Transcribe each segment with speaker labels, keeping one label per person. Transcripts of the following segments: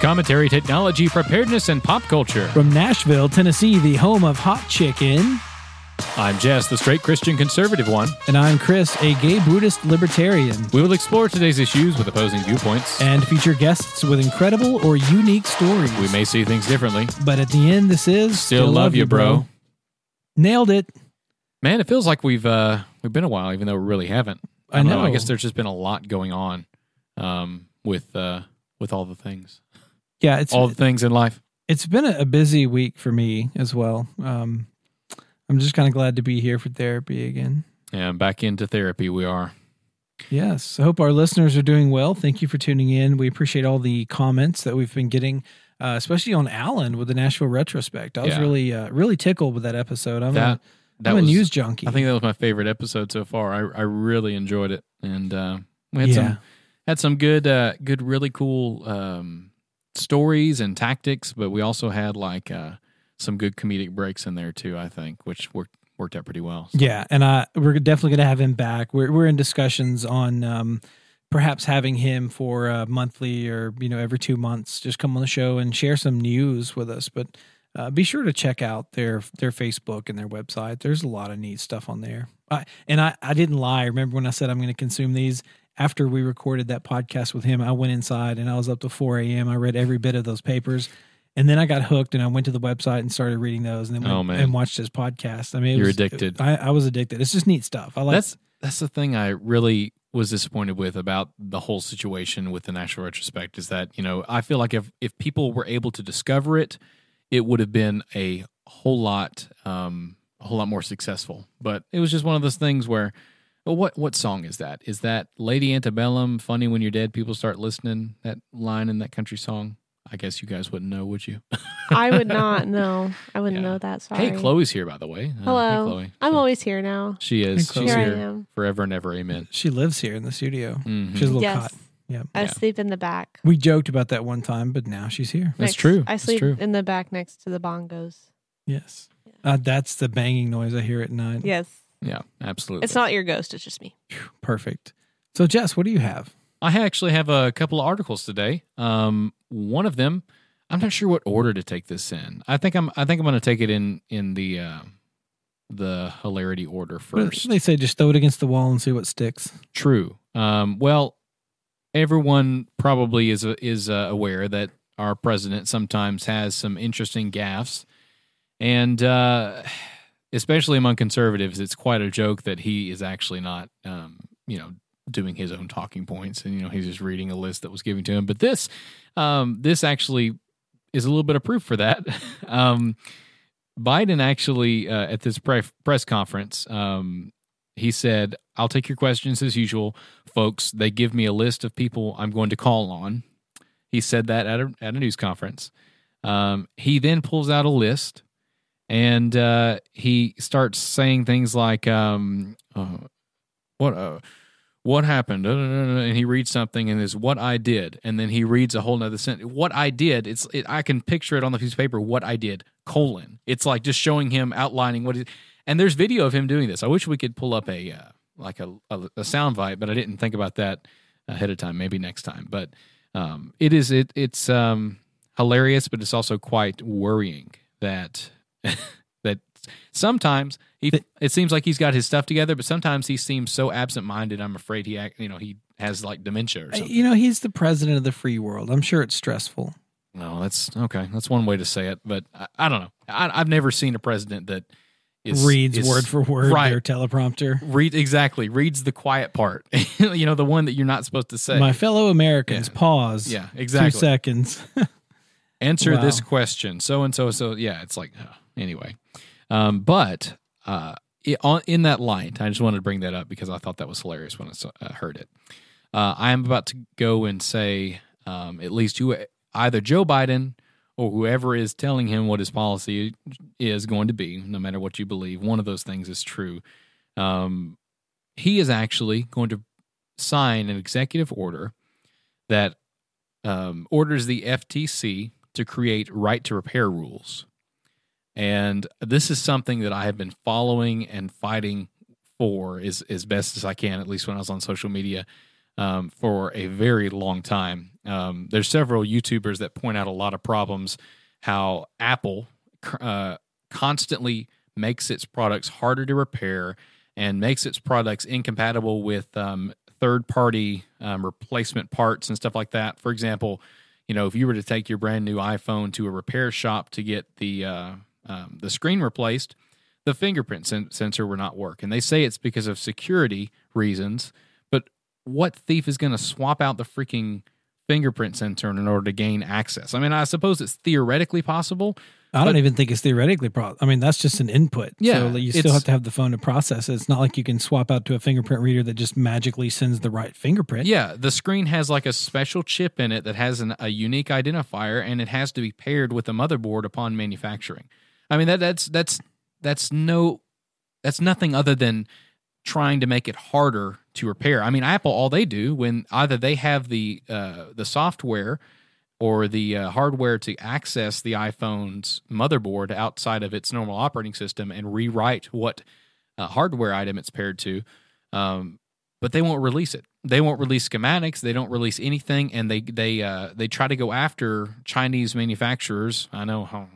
Speaker 1: commentary, technology, preparedness, and pop culture.
Speaker 2: From Nashville, Tennessee, the home of hot chicken.
Speaker 1: I'm Jess, the straight Christian conservative one.
Speaker 2: And I'm Chris, a gay Buddhist libertarian.
Speaker 1: We will explore today's issues with opposing viewpoints.
Speaker 2: And feature guests with incredible or unique stories.
Speaker 1: We may see things differently.
Speaker 2: But at the end, this is
Speaker 1: Still love you, bro.
Speaker 2: Nailed it.
Speaker 1: Man, it feels like we've uh we've been a while, even though we really haven't.
Speaker 2: I
Speaker 1: don't I
Speaker 2: know.
Speaker 1: guess there's just been a lot going on um with uh with all the things.
Speaker 2: Yeah, it's
Speaker 1: All the things in life.
Speaker 2: it's been a, a busy week for me as well. Um, I'm just kind of glad to be here for therapy again.
Speaker 1: And back into therapy we are.
Speaker 2: Yes, I hope our listeners are doing well. Thank you for tuning in. We appreciate all the comments that we've been getting, uh, especially on Alan with the Nashville retrospect. I was
Speaker 1: Yeah.
Speaker 2: really, uh, really tickled with that episode. I'm
Speaker 1: That
Speaker 2: a,
Speaker 1: that
Speaker 2: am a
Speaker 1: was
Speaker 2: news junkie.
Speaker 1: I think that was my favorite episode so far. I I really enjoyed it, and uh, we had
Speaker 2: Yeah.
Speaker 1: some had some good uh, good really cool um, stories and tactics, but we also had like uh, some good comedic breaks in there too. I think, which worked worked out pretty well.
Speaker 2: Yeah, and I we're definitely going to have him back. We're we're in discussions on um, perhaps having him for uh, monthly or you know every two months, just come on the show and share some news with us. But uh, be sure to check out their their Facebook and their website. There's a lot of neat stuff on there. I, and I I didn't lie. Remember when I said I'm going to consume these? After we recorded that podcast with him, I went inside and I was up to 4 a.m. I read every bit of those papers. And then I got hooked and I went to the website and started reading those and then went
Speaker 1: Oh, man.
Speaker 2: and watched his podcast. I mean, it
Speaker 1: You're
Speaker 2: was-
Speaker 1: addicted.
Speaker 2: I, I was addicted. It's just neat stuff. I like
Speaker 1: that's that's the thing I really was disappointed with about the whole situation with the national retrospect is that you know I feel like if if people were able to discover it, it would have been a whole lot um, a whole lot more successful. But it was just one of those things where. Well, what what song is that? Is that Lady Antebellum? Funny when you're dead, people start listening. That line in that country song. I guess you guys wouldn't know, would you?
Speaker 3: I would not know. I wouldn't
Speaker 1: Yeah.
Speaker 3: know that. Sorry.
Speaker 1: Hey, Chloe's here, by the way. Uh, hey,
Speaker 3: Hello.
Speaker 1: Chloe.
Speaker 3: I'm
Speaker 1: So-
Speaker 3: always here now.
Speaker 1: she is.
Speaker 2: Hey,
Speaker 1: She's
Speaker 3: Here I
Speaker 1: here
Speaker 3: am.
Speaker 1: forever and ever. Amen.
Speaker 2: she lives here in the studio.
Speaker 1: Mhm.
Speaker 2: She's a little
Speaker 3: Yes.
Speaker 2: cot. Yeah.
Speaker 3: I
Speaker 1: Yeah.
Speaker 3: sleep in the back.
Speaker 2: We joked about that one time, but now she's here.
Speaker 1: That's
Speaker 3: Next-
Speaker 1: true.
Speaker 3: I
Speaker 1: That's
Speaker 3: sleep
Speaker 1: true.
Speaker 3: in the back next to the bongos.
Speaker 2: Yes. Uh, that's the banging noise I hear at night.
Speaker 3: Yes.
Speaker 1: Yeah, absolutely.
Speaker 3: It's not your ghost, it's just me.
Speaker 2: Perfect. So, Jess, what do you have?
Speaker 1: I actually have a couple of articles today. Um, one of them, I'm not sure what order to take this in. I think I'm. I think I'm going to take it in in the uh, the hilarity order
Speaker 2: What-
Speaker 1: first.
Speaker 2: They say just throw it against the wall and see what sticks.
Speaker 1: True. Um, well, everyone probably is is uh, aware that our president sometimes has some interesting gaffes, and uh, especially among conservatives, it's quite a joke that he is actually not, um, you know, doing his own talking points, and you know, he's just reading a list that was given to him. But this, um, this actually is a little bit of proof for that. um, Biden actually uh, at this pre- press conference. Um, he said, I'll take your questions as usual, folks. They give me a list of people I'm going to call on. He said that at a, at a news conference. Um, he then pulls out a list and uh, he starts saying things like, um, uh, What? Uh, what happened? Da, da, da, da, And he reads something, and it's what I did. And then he reads a whole nother sentence. What I did. It's it, I can picture it on the piece of paper. What I did. Colon. It's like just showing him outlining what he and there's video of him doing this. I wish we could pull up a uh, like a, a, a sound bite, but I didn't think about that ahead of time. Maybe next time. But um, it is it it's um, hilarious, but it's also quite worrying that that sometimes he it seems like he's got his stuff together, but sometimes he seems so absent minded. I'm afraid he act, you know he has like dementia or
Speaker 2: Uh,
Speaker 1: something.
Speaker 2: You know, he's the president of the free world. I'm sure it's stressful.
Speaker 1: No, that's okay. That's one way to say it, but I, I don't know. I, I've never seen a president that is
Speaker 2: Reads
Speaker 1: is-
Speaker 2: word for word
Speaker 1: right.
Speaker 2: their teleprompter.
Speaker 1: Read exactly. Reads the quiet part. you know, the one that you're not supposed to say.
Speaker 2: My fellow Americans,
Speaker 1: Yeah.
Speaker 2: pause.
Speaker 1: yeah,
Speaker 2: Two
Speaker 1: exactly.
Speaker 2: seconds.
Speaker 1: Answer
Speaker 2: Wow.
Speaker 1: this question. So and so. So yeah, it's like uh, anyway. Um, but uh, it, on, in that light, I just wanted to bring that up because I thought that was hilarious when I saw, uh, heard it. Uh, I am about to go and say um, at least who either Joe Biden or whoever is telling him what his policy is going to be, no matter what you believe, one of those things is true. Um, he is actually going to sign an executive order that um, orders the FTC to create right to repair rules. And this is something that I have been following and fighting for as, as best as I can, at least when I was on social media. um, for a very long time. Um, there's several YouTubers that point out a lot of problems how Apple uh, constantly makes its products harder to repair and makes its products incompatible with um, third party um, replacement parts and stuff like that. For example, you know, if you were to take your brand new iPhone to a repair shop to get the uh, um, the screen replaced, the fingerprint sen- sensor would not work. And they say it's because of security reasons, but what thief is going to swap out the freaking fingerprint sensor in order to gain access? I mean, I suppose it's theoretically possible,
Speaker 2: I don't
Speaker 1: But-
Speaker 2: even think it's theoretically. Pro- I mean, that's just an input.
Speaker 1: Yeah,
Speaker 2: so like, you
Speaker 1: it's-
Speaker 2: still have to have the phone to process it. It's not like you can swap out to a fingerprint reader that just magically sends the right fingerprint.
Speaker 1: Yeah, the screen has like a special chip in it that has an, a unique identifier, and it has to be paired with the motherboard upon manufacturing. I mean that that's that's that's no that's nothing other than trying to make it harder to repair. I mean, Apple all they do when either they have the uh, the software or the uh, hardware to access the iPhone's motherboard outside of its normal operating system and rewrite what uh, hardware item it's paired to. Um, but they won't release it. They won't release schematics. They don't release anything, and they they uh, they try to go after Chinese manufacturers. I know how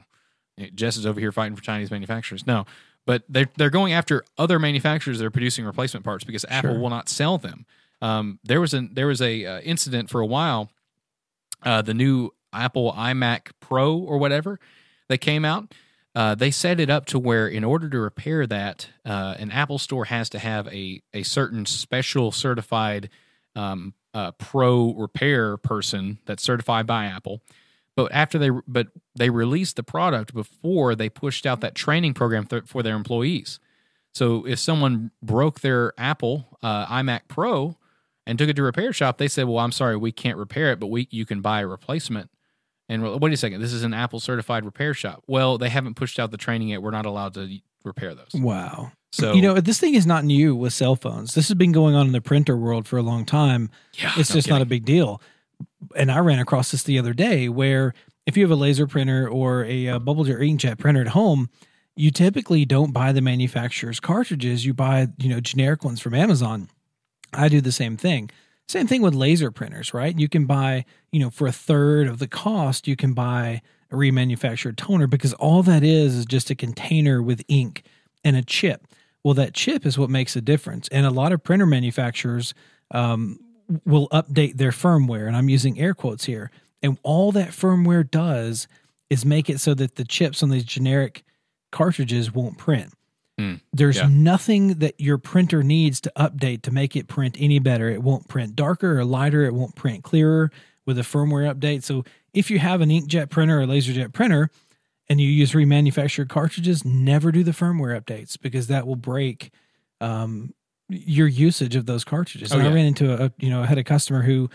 Speaker 1: Jess is over here fighting for Chinese manufacturers. No, but they're they're going after other manufacturers that are producing replacement parts because Apple
Speaker 2: Sure.
Speaker 1: will not sell them. Um, there was an there was a uh, incident for a while. Uh, the new Apple iMac Pro or whatever that came out, uh, they set it up to where in order to repair that, uh, an Apple store has to have a a certain special certified um, uh, pro repair person that's certified by Apple. But after they but they released the product before they pushed out that training program th- for their employees. So if someone broke their Apple uh, iMac Pro and took it to a repair shop, they said, "Well, I'm sorry, we can't repair it, but we you can buy a replacement." And we're like, wait a second, this is an Apple certified repair shop. Well, they haven't pushed out the training yet. We're not allowed to repair those.
Speaker 2: Wow.
Speaker 1: So
Speaker 2: Mm, you know, this thing is not new with cell phones. This has been going on in the printer world for a long time.
Speaker 1: yeah,
Speaker 2: It's
Speaker 1: no
Speaker 2: just not
Speaker 1: kidding.
Speaker 2: a big deal. And I ran across this the other day where if you have a laser printer or a, uh bubble jet or inkjet printer at home, you typically don't buy the manufacturer's cartridges. You buy, you know, generic ones from Amazon. I do the same thing. Same thing with laser printers, right? You can buy, you know, for a third of the cost, you can buy a remanufactured toner because all that is is just a container with ink and a chip. Well, that chip is what makes a difference. And a lot of printer manufacturers um, will update their firmware. And I'm using air quotes here. And all that firmware does is make it so that the chips on these generic cartridges won't print.
Speaker 1: Hmm.
Speaker 2: There's
Speaker 1: Yeah.
Speaker 2: nothing that your printer needs to update to make it print any better. It won't print darker or lighter. It won't print clearer with a firmware update. So if you have an inkjet printer or laserjet printer and you use remanufactured cartridges, never do the firmware updates because that will break um, your usage of those cartridges.
Speaker 1: Oh,
Speaker 2: and
Speaker 1: yeah.
Speaker 2: I ran into a, a- you know, I had a customer who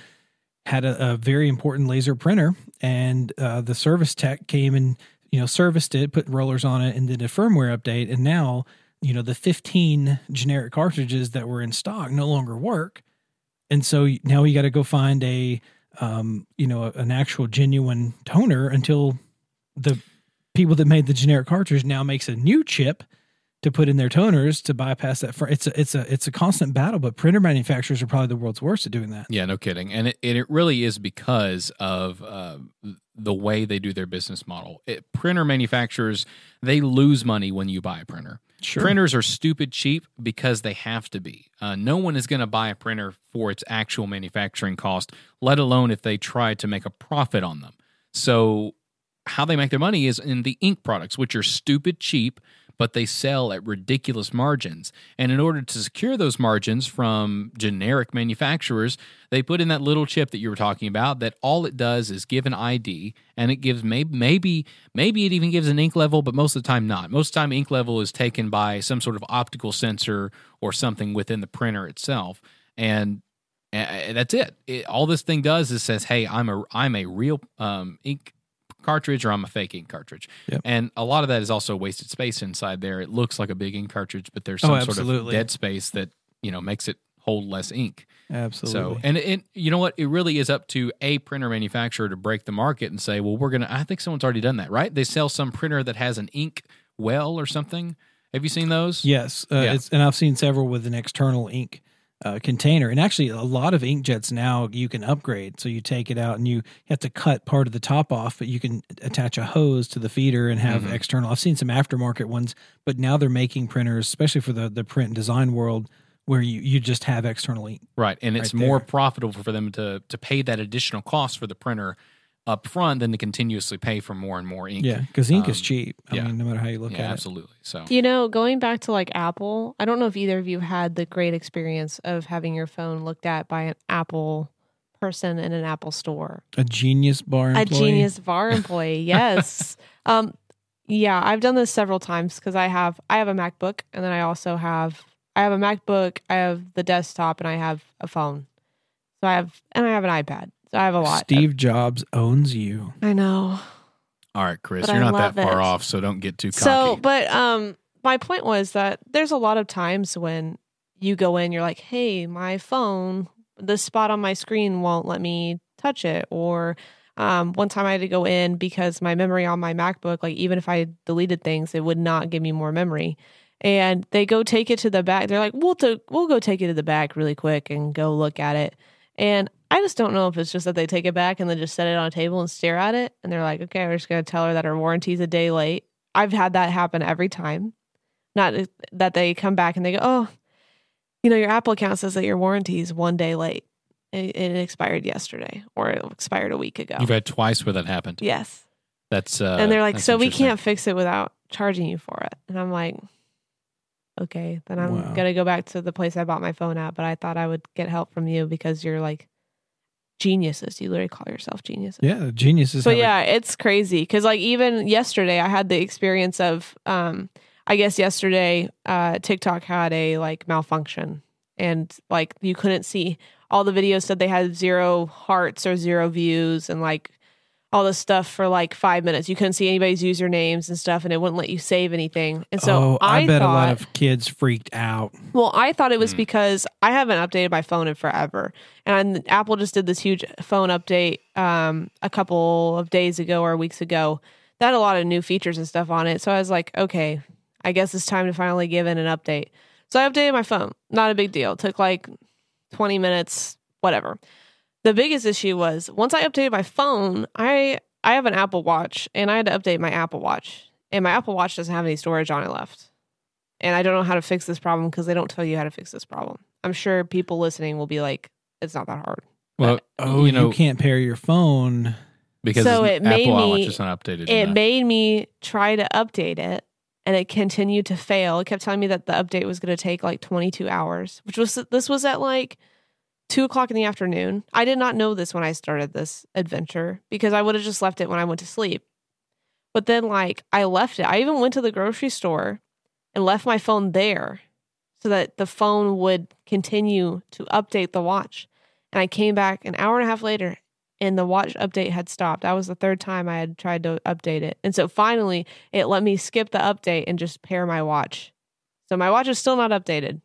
Speaker 2: had a, a very important laser printer and uh, the service tech came and, you know, serviced it, put rollers on it and did a firmware update. And now, you know, the 15 generic cartridges that were in stock no longer work. And so now you got to go find a, um, you know, an actual genuine toner until the people that made the generic cartridge now makes a new chip to put in their toners to bypass that. fir- It's a it's a it's a constant battle, but printer manufacturers are probably the world's worst at doing that.
Speaker 1: Yeah, no kidding. And it, and it really is because of uh, the way they do their business model. It, printer manufacturers, they lose money when you buy a printer.
Speaker 2: Sure.
Speaker 1: Printers are stupid cheap because they have to be. Uh, no one is going to buy a printer for its actual manufacturing cost, let alone if they try to make a profit on them. So, how they make their money is in the ink products, which are stupid cheap, but they sell at ridiculous margins. And in order to secure those margins from generic manufacturers, they put in that little chip that you were talking about that all it does is give an ID and it gives maybe maybe maybe it even gives an ink level, but most of the time not. Most of the time ink level is taken by some sort of optical sensor or something within the printer itself. And and that's it. it. All this thing does is says, "Hey, I'm a I'm a real um, ink cartridge, or I'm a fake ink cartridge."
Speaker 2: Yep.
Speaker 1: And a lot of that is also wasted space inside there. It looks like a big ink cartridge, but there's
Speaker 2: Oh,
Speaker 1: some sort of
Speaker 2: absolutely.
Speaker 1: dead space that you know makes it hold less ink.
Speaker 2: Absolutely.
Speaker 1: So, and it, you know what? It really is up to a printer manufacturer to break the market and say, well, we're going to, I think someone's already done that, right? They sell some printer that has an ink well or something. Have you seen those?
Speaker 2: yes, uh,
Speaker 1: Yeah.
Speaker 2: it's and I've seen several with an external ink uh, container. And actually, a lot of inkjets now you can upgrade. So you take it out and you have to cut part of the top off, but you can attach a hose to the feeder and have
Speaker 1: Mhm.
Speaker 2: external. I've seen some aftermarket ones, but now they're making printers, especially for the, the print and design world, where you, you just have external ink.
Speaker 1: Right. And it's
Speaker 2: Right
Speaker 1: more
Speaker 2: there.
Speaker 1: profitable for them to to pay that additional cost for the printer up front than to continuously pay for more and more ink.
Speaker 2: Yeah, because ink is
Speaker 1: Um,
Speaker 2: cheap. I
Speaker 1: yeah.
Speaker 2: mean, no matter how you look
Speaker 1: Yeah,
Speaker 2: at it.
Speaker 1: absolutely. So
Speaker 3: You know, going back to like Apple, I don't know if either of you had the great experience of having your phone looked at by an Apple person in an Apple store.
Speaker 2: A genius bar employee.
Speaker 3: A genius VAR employee, yes. um, yeah, I've done this several times because I have I have a MacBook and then I also have I have a MacBook, I have the desktop, and I have a phone. So I have and I have an iPad. So I have a lot.
Speaker 2: Steve Jobs owns you.
Speaker 3: I know.
Speaker 1: all right, Chris,
Speaker 3: But
Speaker 1: you're
Speaker 3: I
Speaker 1: not that
Speaker 3: love
Speaker 1: far
Speaker 3: it.
Speaker 1: off, so don't get too cocky.
Speaker 3: So, but um, my point was that there's a lot of times when you go in, you're like, "Hey, my phone, the spot on my screen won't let me touch it," or um, one time I had to go in because my memory on my MacBook, like even if I deleted things, it would not give me more memory. And they go take it to the back. They're like, "We'll to, we'll go take it to the back really quick and go look at it." And I just don't know if it's just that they take it back and then just set it on a table and stare at it. And they're like, "Okay, we're just gonna tell her that her warranty's a day late." I've had that happen every time. Not that they come back and they go, oh, you know, your Apple account says that your warranty is one day late. It, it expired yesterday or it expired a week ago.
Speaker 1: You've had twice where that happened.
Speaker 3: yes.
Speaker 1: That's uh
Speaker 3: and they're like,
Speaker 1: that's
Speaker 3: so we
Speaker 1: interesting.
Speaker 3: can't fix it without charging you for it. And I'm like, okay, then I'm
Speaker 2: Wow.
Speaker 3: going to go back to the place I bought my phone at. But I thought I would get help from you because you're like geniuses. You literally call yourself geniuses.
Speaker 2: Yeah, genius is.
Speaker 3: So
Speaker 2: how it-
Speaker 3: yeah, it's crazy because like even yesterday, I had the experience of, um, I guess yesterday, uh, TikTok had a like malfunction, and like you couldn't see all the videos said they had zero hearts or zero views, and like all this stuff for like five minutes. You couldn't see anybody's usernames and stuff, and it wouldn't let you save anything. And so
Speaker 2: oh, I, bet
Speaker 3: thought,
Speaker 2: a lot of kids freaked out.
Speaker 3: well, I thought it was
Speaker 1: Mm.
Speaker 3: because I haven't updated my phone in forever, and Apple just did this huge phone update um, a couple of days ago or weeks ago. That had a lot of new features and stuff on it, so I was like, okay, I guess it's time to finally give in an update. So I updated my phone. Not a big deal. It took like twenty minutes, whatever. The biggest issue was once I updated my phone, I I have an Apple Watch, and I had to update my Apple Watch, and my Apple Watch doesn't have any storage on it left and I don't know how to fix this problem because they don't tell you how to fix this problem. I'm sure people listening will be like, it's not that hard.
Speaker 1: Well,
Speaker 2: Oh, you,
Speaker 1: you know,
Speaker 2: can't pair your phone.
Speaker 1: because
Speaker 3: So
Speaker 1: it's-
Speaker 3: it made
Speaker 1: Apple
Speaker 3: me-
Speaker 1: Watch is not updated.
Speaker 3: It
Speaker 1: enough.
Speaker 3: made me try to update it and it continued to fail. It kept telling me that the update was going to take like 22 hours, which was this was at like two o'clock in the afternoon. I did not know this when I started this adventure because I would have just left it when I went to sleep. But then, like, I left it. I even went to the grocery store and left my phone there so that the phone would continue to update the watch. And I came back an hour and a half later and the watch update had stopped. That was the third time I had tried to update it. And so finally, it let me skip the update and just pair my watch. So my watch is still not updated,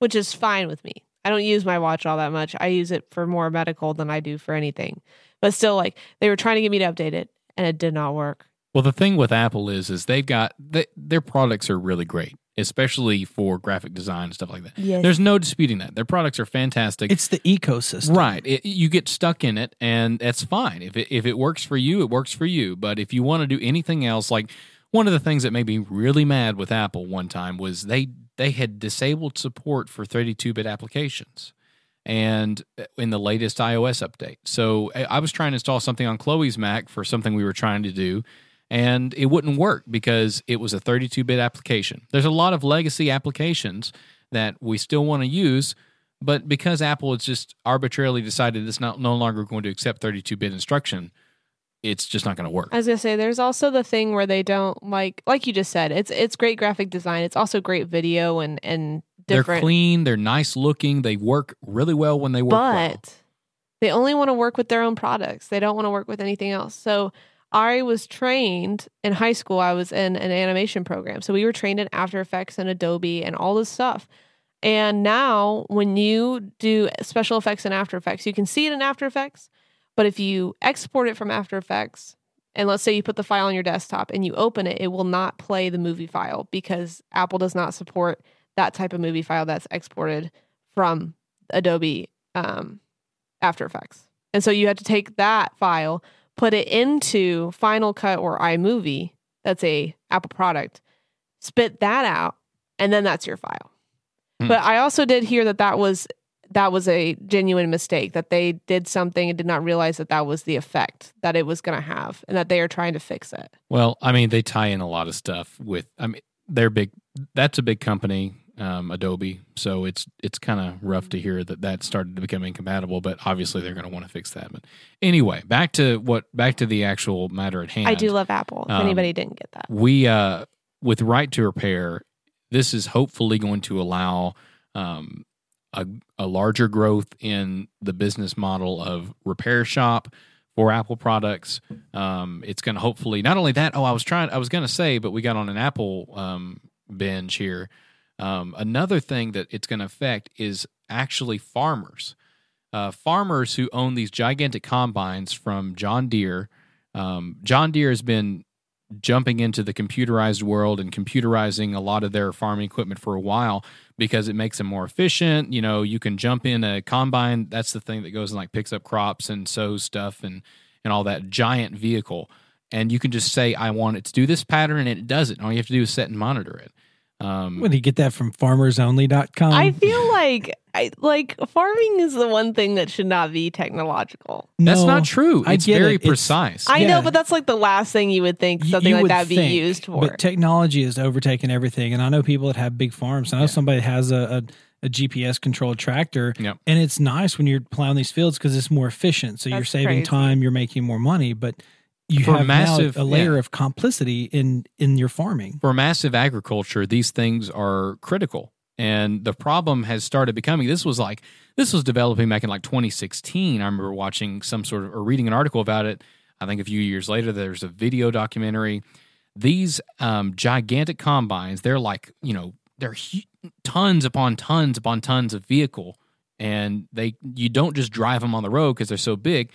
Speaker 3: which is fine with me. I don't use my watch all that much. I use it for more medical than I do for anything. But still, like, they were trying to get me to update it and it did not work.
Speaker 1: Well, the thing with Apple is, is they've got they, their products are really great, especially for graphic design and stuff like that.
Speaker 3: Yes.
Speaker 1: There's no disputing that. Their products are fantastic.
Speaker 2: It's the ecosystem.
Speaker 1: right. It, you get stuck in it, and that's fine. If it, if it works for you, it works for you. But if you want to do anything else, like one of the things that made me really mad with Apple one time was they they had disabled support for 32-bit applications, and uh, in the latest iOS update. So I I was trying to install something on Chloe's Mac for something we were trying to do, and it wouldn't work because it was a 32 bit application. There's a lot of legacy applications that we still want to use, but because Apple has just arbitrarily decided it's not no longer going to accept 32 bit instruction, it's just not going to work.
Speaker 3: I was gonna say there's also the thing where they don't like like you just said, it's it's great graphic design. It's also great video and and
Speaker 1: They're
Speaker 3: different
Speaker 1: clean, they're nice looking, they work really well when they work well.
Speaker 3: but they only want to work with their own products. They don't want to work with anything else. So I was trained in high school. I was in an animation program. So we were trained in After Effects and Adobe and all this stuff. And now when you do special effects in After Effects, you can see it in After Effects, but if you export it from After Effects, and let's say you put the file on your desktop and you open it, it will not play the movie file because Apple does not support that type of movie file that's exported from Adobe um, After Effects. And so you had to take that file, put it into Final Cut or iMovie, that's a Apple product, spit that out, and then that's your file.
Speaker 1: Hmm.
Speaker 3: But I also did hear that that was that was a genuine mistake that they did something and did not realize that that was the effect that it was going to have and that they are trying to fix it.
Speaker 1: Well, I mean, they tie in a lot of stuff with. I mean, they're big. That's a big company, um, Adobe. So it's it's kind of rough
Speaker 3: Mm-hmm.
Speaker 1: to hear that that started to become incompatible. But obviously, they're going to want to fix that. But anyway, back to what back to the actual matter at hand.
Speaker 3: I do love Apple. If
Speaker 1: um,
Speaker 3: anybody didn't get that.
Speaker 1: we uh with right to repair this is hopefully going to allow um a, a larger growth in the business model of repair shop for apple products um it's going to hopefully not only that oh i was trying i was going to say but we got on an apple um binge here um another thing that it's going to affect is actually farmers uh, farmers who own these gigantic combines from John Deere. Um, John Deere has been jumping into the computerized world and computerizing a lot of their farming equipment for a while because it makes them more efficient. You know, you can jump in a combine. That's the thing that goes and like picks up crops and sows stuff and and all that giant vehicle. And you can just say, I want it to do this pattern, and it does it. And all you have to do is set and monitor it. Um,
Speaker 2: When do you get that from farmersonly.com?
Speaker 3: I feel like I like farming is the one thing that should not be technological.
Speaker 1: that's
Speaker 2: No,
Speaker 1: not true.
Speaker 2: I
Speaker 1: It's
Speaker 2: get
Speaker 1: very
Speaker 2: it. It's-
Speaker 1: precise.
Speaker 3: I
Speaker 2: Yeah.
Speaker 3: know, but that's like the last thing you would think
Speaker 2: You-
Speaker 3: something
Speaker 2: you
Speaker 3: like
Speaker 2: would
Speaker 3: that be
Speaker 2: think,
Speaker 3: used for.
Speaker 2: But technology has overtaken everything, and I know people that have big farms. I know
Speaker 1: Yeah.
Speaker 2: somebody that has a, a, a GPS controlled tractor,
Speaker 1: Yep.
Speaker 2: and it's nice when you're plowing these fields because it's more efficient. So you're
Speaker 3: That's
Speaker 2: saving
Speaker 3: crazy.
Speaker 2: time, you're making more money, but you
Speaker 1: For
Speaker 2: have
Speaker 1: massive-
Speaker 2: now a layer of complicity in in your farming.
Speaker 1: for massive agriculture, these things are critical. And the problem has started becoming this was like, this was developing back in like 2016. I remember watching some sort of or reading an article about it. I think a few years later, there's a video documentary. These um, gigantic combines, they're like, you know, they're hu- tons upon tons upon tons of vehicle. And they, you don't just drive them on the road because they're so big.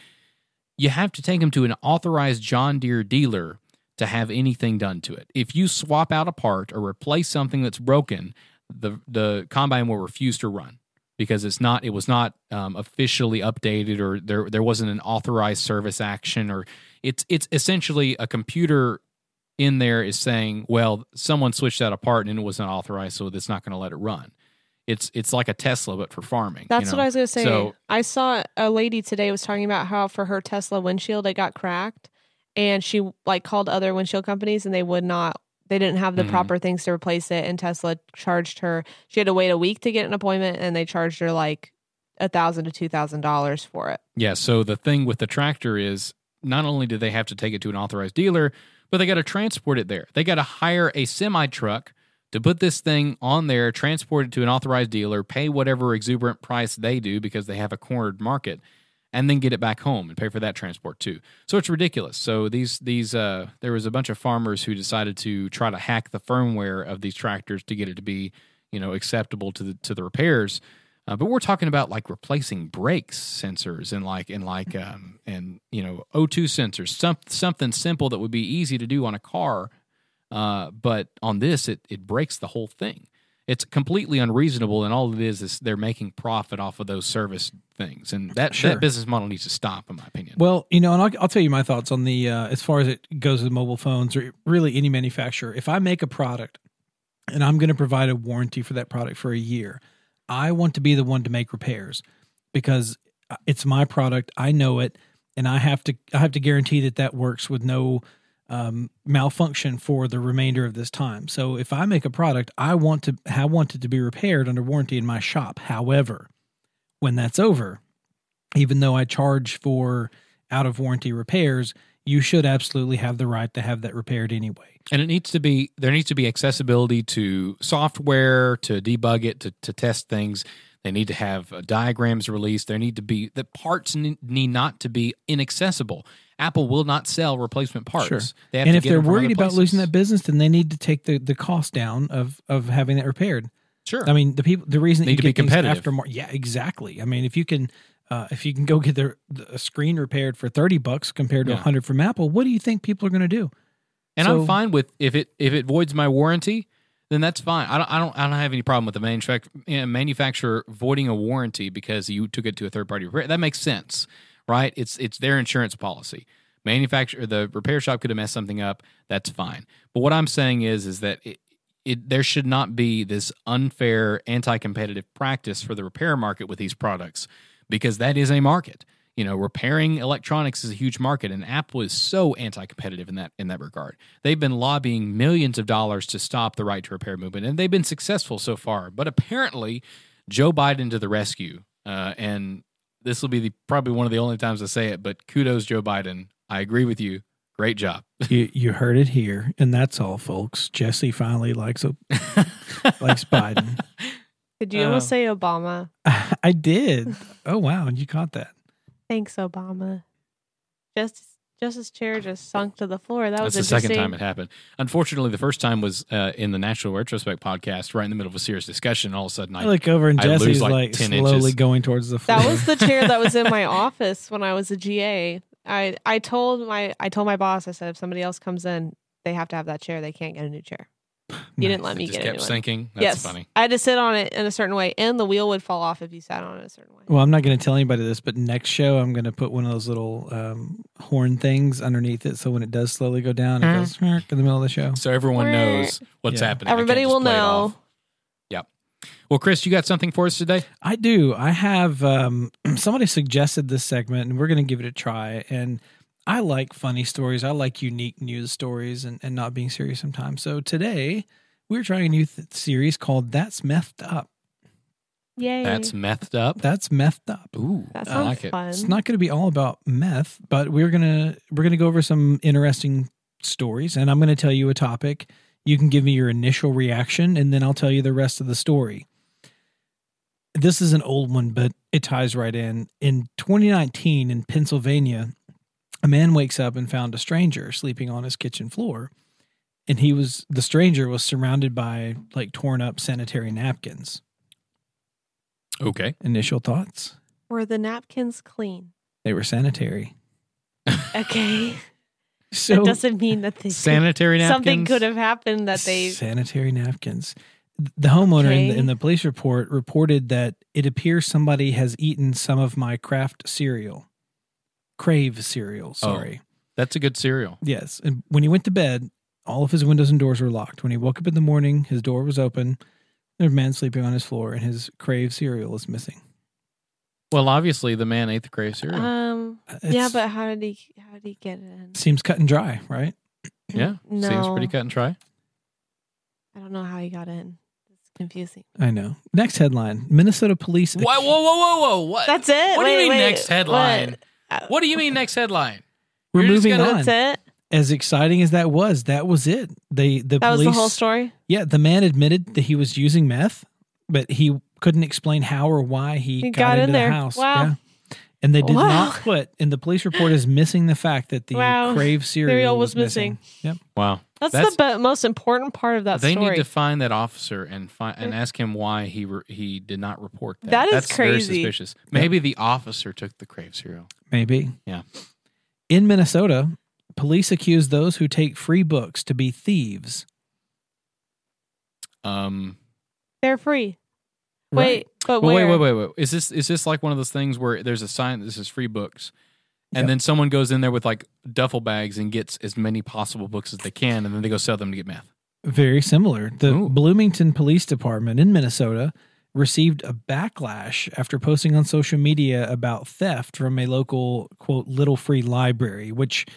Speaker 1: You have to take them to an authorized John Deere dealer to have anything done to it. If you swap out a part or replace something that's broken, the the combine will refuse to run because it's not it was not um, officially updated or there there wasn't an authorized service action or it's it's essentially a computer in there is saying, well, someone switched that apart and it wasn't authorized, so it's not going to let it run. It's it's like a Tesla but for farming. you
Speaker 3: That's
Speaker 1: know?
Speaker 3: what I was gonna say.
Speaker 1: So-
Speaker 3: I saw a lady today was talking about how for her Tesla windshield it got cracked, and she like called other windshield companies and they would not. They didn't have the
Speaker 1: Mhm.
Speaker 3: proper things to replace it, and Tesla charged her. She had to wait a week to get an appointment, and they charged her like a thousand to two thousand dollars for it.
Speaker 1: Yeah. So the thing with the tractor is not only do they have to take it to an authorized dealer, but they got to transport it there. They got to hire a semi truck to put this thing on there, transport it to an authorized dealer, pay whatever exuberant price they do because they have a cornered market, and then get it back home and pay for that transport too. So it's ridiculous. So these these uh, there was a bunch of farmers who decided to try to hack the firmware of these tractors to get it to be you know acceptable to the to the repairs. Uh, but we're talking about like replacing brakes sensors and like and like um and you know O2 sensors, some, something simple that would be easy to do on a car. Uh, but on this, it it breaks the whole thing. It's completely unreasonable, and all it is is they're making profit off of those service things, and that
Speaker 2: Sure.
Speaker 1: that business model needs to stop, in my opinion.
Speaker 2: Well, you know, and I'll, I'll tell you my thoughts on the uh, as far as it goes with mobile phones or really any manufacturer. If I make a product and I'm going to provide a warranty for that product for a year, I want to be the one to make repairs because uh, it's my product. I know it, and I have to I have to guarantee that that works with no um, malfunction for the remainder of this time. So if I make a product, I want to I want it to be repaired under warranty in my shop. However, when that's over, even though I charge for out of warranty repairs, you should absolutely have the right to have that repaired anyway.
Speaker 1: And it needs to be there needs to be accessibility to software to debug it to, to test things. They need to have uh, diagrams released. There need to be the parts ne- need not to be inaccessible. Apple will not sell replacement parts.
Speaker 2: Sure.
Speaker 1: They have
Speaker 2: and
Speaker 1: to
Speaker 2: if
Speaker 1: get
Speaker 2: they're
Speaker 1: them from
Speaker 2: worried
Speaker 1: other
Speaker 2: about losing that
Speaker 1: places.
Speaker 2: business, then they need to take the, the cost down of of having that repaired.
Speaker 1: sure.
Speaker 2: I mean, the people the reason that
Speaker 1: Need
Speaker 2: you
Speaker 1: to be
Speaker 2: get things
Speaker 1: competitive.
Speaker 2: aftermar- yeah, exactly. I mean, if you can uh, if you can go get their the, a screen repaired for thirty bucks compared to a
Speaker 1: Yeah.
Speaker 2: hundred from Apple, what do you think people are going to do?
Speaker 1: and
Speaker 2: so-
Speaker 1: I'm fine with if it if it voids my warranty, then that's fine. I don't, I don't, I don't have any problem with the manufac- eh, manufacturer voiding a warranty because you took it to a third party repair. That makes sense, right? It's it's their insurance policy. Manufacturer, the repair shop could have messed something up. That's fine. But what I'm saying is, is that it, it there should not be this unfair, anti-competitive practice for the repair market with these products because that is a market. You know, repairing electronics is a huge market, and Apple is so anti-competitive in that in that regard. They've been lobbying millions of dollars to stop the right to repair movement, and they've been successful so far. But apparently, Joe Biden to the rescue, uh, and this will be the, probably one of the only times I say it. But kudos, Joe Biden. I agree with you. Great job.
Speaker 2: You, you heard it here, and that's all, folks. Jesse finally likes a, likes Biden.
Speaker 3: Did you almost say Obama?
Speaker 2: I did. Oh wow, you caught that.
Speaker 3: Thanks, Obama. Justice Justice Chair just sunk to the floor. That was
Speaker 1: That's the second
Speaker 3: interesting.
Speaker 1: time it happened. Unfortunately, the first time was uh, in the National Retrospect podcast, right in the middle of a serious discussion. and All of a sudden,
Speaker 2: I,
Speaker 1: I,
Speaker 2: look over and
Speaker 1: I lose,
Speaker 2: Jesse's
Speaker 1: like,
Speaker 2: like,
Speaker 1: 10
Speaker 2: slowly
Speaker 1: inches.
Speaker 2: going towards the floor.
Speaker 3: That was the chair that was in my office when I was a GA. I I told my I told my boss. I said if somebody else comes in, they have to have that chair. They can't get a new chair. You didn't let
Speaker 1: it
Speaker 3: me
Speaker 1: just
Speaker 3: get
Speaker 1: kept
Speaker 3: a new one.
Speaker 1: sinking. That's
Speaker 3: yes,
Speaker 1: funny.
Speaker 3: I had to sit on it in a certain way, and the wheel would fall off if you sat on it a certain way.
Speaker 2: Well, I'm not going to tell anybody this, but next show I'm going to put one of those little um, horn things underneath it, so when it does slowly go down, it
Speaker 1: Mm.
Speaker 2: goes "Merk" in the middle of the show.
Speaker 1: So everyone knows what's
Speaker 2: Yeah.
Speaker 1: happening. I can't
Speaker 3: Everybody
Speaker 1: just
Speaker 3: will
Speaker 1: play it off.
Speaker 3: know.
Speaker 1: Well, Chris, you got something for us today?
Speaker 2: I do. I have um, somebody suggested this segment, and we're going to give it a try. And I like funny stories. I like unique news stories, and, and not being serious sometimes. So today we're trying a new th- series called "That's Methed Up."
Speaker 3: Yay!
Speaker 1: That's methed up.
Speaker 2: That's methed up.
Speaker 1: Ooh,
Speaker 3: that
Speaker 1: I
Speaker 3: sounds
Speaker 1: like it.
Speaker 3: fun.
Speaker 2: It's not going to be all about meth, but we're gonna we're gonna go over some interesting stories, and I'm gonna tell you a topic. You can give me your initial reaction, and then I'll tell you the rest of the story. This is an old one, but it ties right in. In 2019, in Pennsylvania, a man wakes up and found a stranger sleeping on his kitchen floor, and he was the stranger was surrounded by like torn up sanitary napkins.
Speaker 1: Okay.
Speaker 2: Initial thoughts?
Speaker 3: Were the napkins clean?
Speaker 2: They were sanitary.
Speaker 3: Okay,
Speaker 2: So
Speaker 3: that doesn't mean that they
Speaker 1: Sanitary napkins.
Speaker 3: something could have happened that they
Speaker 2: sanitary napkins. The homeowner in, the,
Speaker 3: Okay.
Speaker 2: in the police report reported that it appears somebody has eaten some of my Kraft cereal, Crave cereal.
Speaker 1: Oh.
Speaker 2: Sorry.
Speaker 1: That's a good cereal.
Speaker 2: Yes, and when he went to bed, all of his windows and doors were locked. When he woke up in the morning, his door was open. There's a man sleeping on his floor, and his Crave cereal is missing.
Speaker 1: Well, obviously, the man ate the crave cereal.
Speaker 3: um yeah,
Speaker 2: Uh, It's-
Speaker 3: but how did he how did he get it in?
Speaker 2: seems cut and dry, right?
Speaker 1: yeah, seems
Speaker 3: no.
Speaker 1: pretty cut and dry.
Speaker 3: I don't know how he got in. It's confusing.
Speaker 2: I know. Next headline: Minnesota police.
Speaker 1: Whoa, whoa, whoa, whoa, whoa! What?
Speaker 3: That's it.
Speaker 1: Uh, What Uh, do you
Speaker 3: Wait,
Speaker 1: mean
Speaker 3: wait,
Speaker 1: next headline?
Speaker 3: What?
Speaker 1: What do you mean next headline?
Speaker 2: We're
Speaker 1: You're just
Speaker 2: moving
Speaker 1: gonna-
Speaker 2: on.
Speaker 3: That's it.
Speaker 2: As exciting as that was, that was it. They the
Speaker 3: That was
Speaker 2: police
Speaker 3: the whole story.
Speaker 2: Yeah, the man admitted that he was using meth, but he couldn't explain how or why he,
Speaker 3: He
Speaker 2: got,
Speaker 3: got
Speaker 2: into
Speaker 3: in
Speaker 2: the
Speaker 3: there.
Speaker 2: house.
Speaker 3: Wow.
Speaker 2: Yeah. And they did
Speaker 3: Wow.
Speaker 2: not put, and the police report is missing the fact that the
Speaker 3: Wow.
Speaker 2: Crave cereal,
Speaker 3: Cereal
Speaker 2: was,
Speaker 3: was
Speaker 2: missing. Yep.
Speaker 1: Wow.
Speaker 3: That's,
Speaker 1: That's-
Speaker 3: the be- most important part of that
Speaker 1: they
Speaker 3: story.
Speaker 1: need to find that officer and find and ask him why he re- he did not report that.
Speaker 3: That is
Speaker 1: That's Very
Speaker 3: crazy.
Speaker 1: suspicious. Maybe the officer took the crave cereal.
Speaker 2: Maybe.
Speaker 1: Yeah.
Speaker 2: In Minnesota, police accuse those who take free books to be thieves.
Speaker 1: Um,
Speaker 3: They're free.
Speaker 2: Right.
Speaker 3: Wait, but
Speaker 1: well, wait,
Speaker 3: where?
Speaker 1: wait, wait, wait. Is this is this like one of those things where there's a sign that says free books, and
Speaker 2: Yep.
Speaker 1: then someone goes in there with like duffel bags and gets as many possible books as they can, and then they go sell them to get meth.
Speaker 2: Very similar. The
Speaker 1: Ooh.
Speaker 2: Bloomington Police Department in Minnesota received a backlash after posting on social media about theft from a local quote little free library, which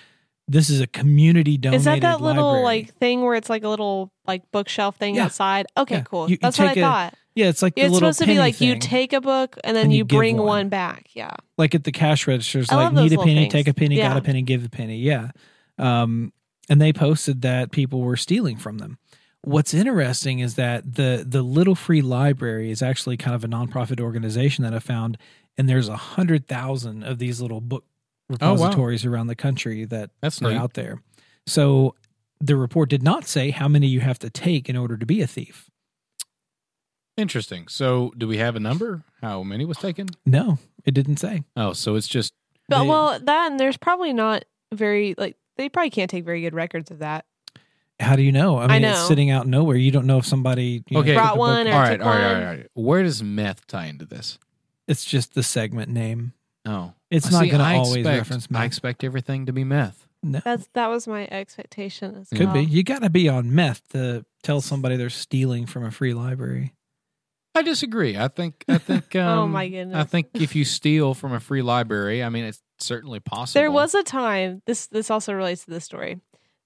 Speaker 2: this is a community donated
Speaker 3: Is that that little
Speaker 2: library.
Speaker 3: like thing where it's like a little like bookshelf thing
Speaker 2: Yeah.
Speaker 3: outside? Okay,
Speaker 2: Yeah.
Speaker 3: cool.
Speaker 2: You- you
Speaker 3: That's what I
Speaker 2: take a-
Speaker 3: thought.
Speaker 2: yeah, it's like the
Speaker 3: It's
Speaker 2: little
Speaker 3: supposed to be
Speaker 2: penny
Speaker 3: like you
Speaker 2: thing.
Speaker 3: take a book and then
Speaker 2: And you
Speaker 3: you,
Speaker 2: give
Speaker 3: bring
Speaker 2: one.
Speaker 3: one. back. Yeah.
Speaker 2: like at the cash registers,
Speaker 3: I
Speaker 2: like
Speaker 3: love those
Speaker 2: need a
Speaker 3: little
Speaker 2: penny,
Speaker 3: things.
Speaker 2: take a penny, got
Speaker 3: Yeah.
Speaker 2: a penny, give a penny. Yeah. Um, and they posted that people were stealing from them. What's interesting is that the the Little Free Library is actually kind of a nonprofit organization that I found, and there's a hundred thousand of these little book
Speaker 1: Oh, wow.
Speaker 2: repositories around the country that
Speaker 1: That's
Speaker 2: are
Speaker 1: neat.
Speaker 2: out there. So the report did not say how many you have to take in order to be a thief.
Speaker 1: Interesting. So, do we have a number? How many was taken?
Speaker 2: No, it didn't say.
Speaker 1: Oh, so it's just
Speaker 3: But
Speaker 2: They-
Speaker 3: well, that and there's probably not very like they probably can't take very good records of that.
Speaker 2: How do you know? I
Speaker 3: I
Speaker 2: mean, it's
Speaker 3: know.
Speaker 2: sitting out nowhere. You don't know if somebody you know,
Speaker 1: Okay.
Speaker 2: took
Speaker 1: Brought
Speaker 2: a book.
Speaker 3: one
Speaker 1: All
Speaker 3: or-
Speaker 1: right,
Speaker 3: took
Speaker 1: all right, all
Speaker 3: one.
Speaker 1: right, all right. Where does meth tie into this?
Speaker 2: It's just the segment name.
Speaker 1: Oh,
Speaker 2: It's not
Speaker 1: See,
Speaker 2: going to
Speaker 1: I
Speaker 2: always
Speaker 1: expect-
Speaker 2: reference
Speaker 1: I
Speaker 2: meth.
Speaker 1: expect everything to be meth.
Speaker 2: no,
Speaker 3: That's that was my expectation. As
Speaker 2: could
Speaker 3: well.
Speaker 2: be. You got to be on meth to tell somebody they're stealing from a free library.
Speaker 1: I disagree. I think. I think. Um,
Speaker 3: Oh my goodness.
Speaker 1: I think if you steal from a free library, I mean, it's certainly possible.
Speaker 3: There was a time. This this also relates to this story.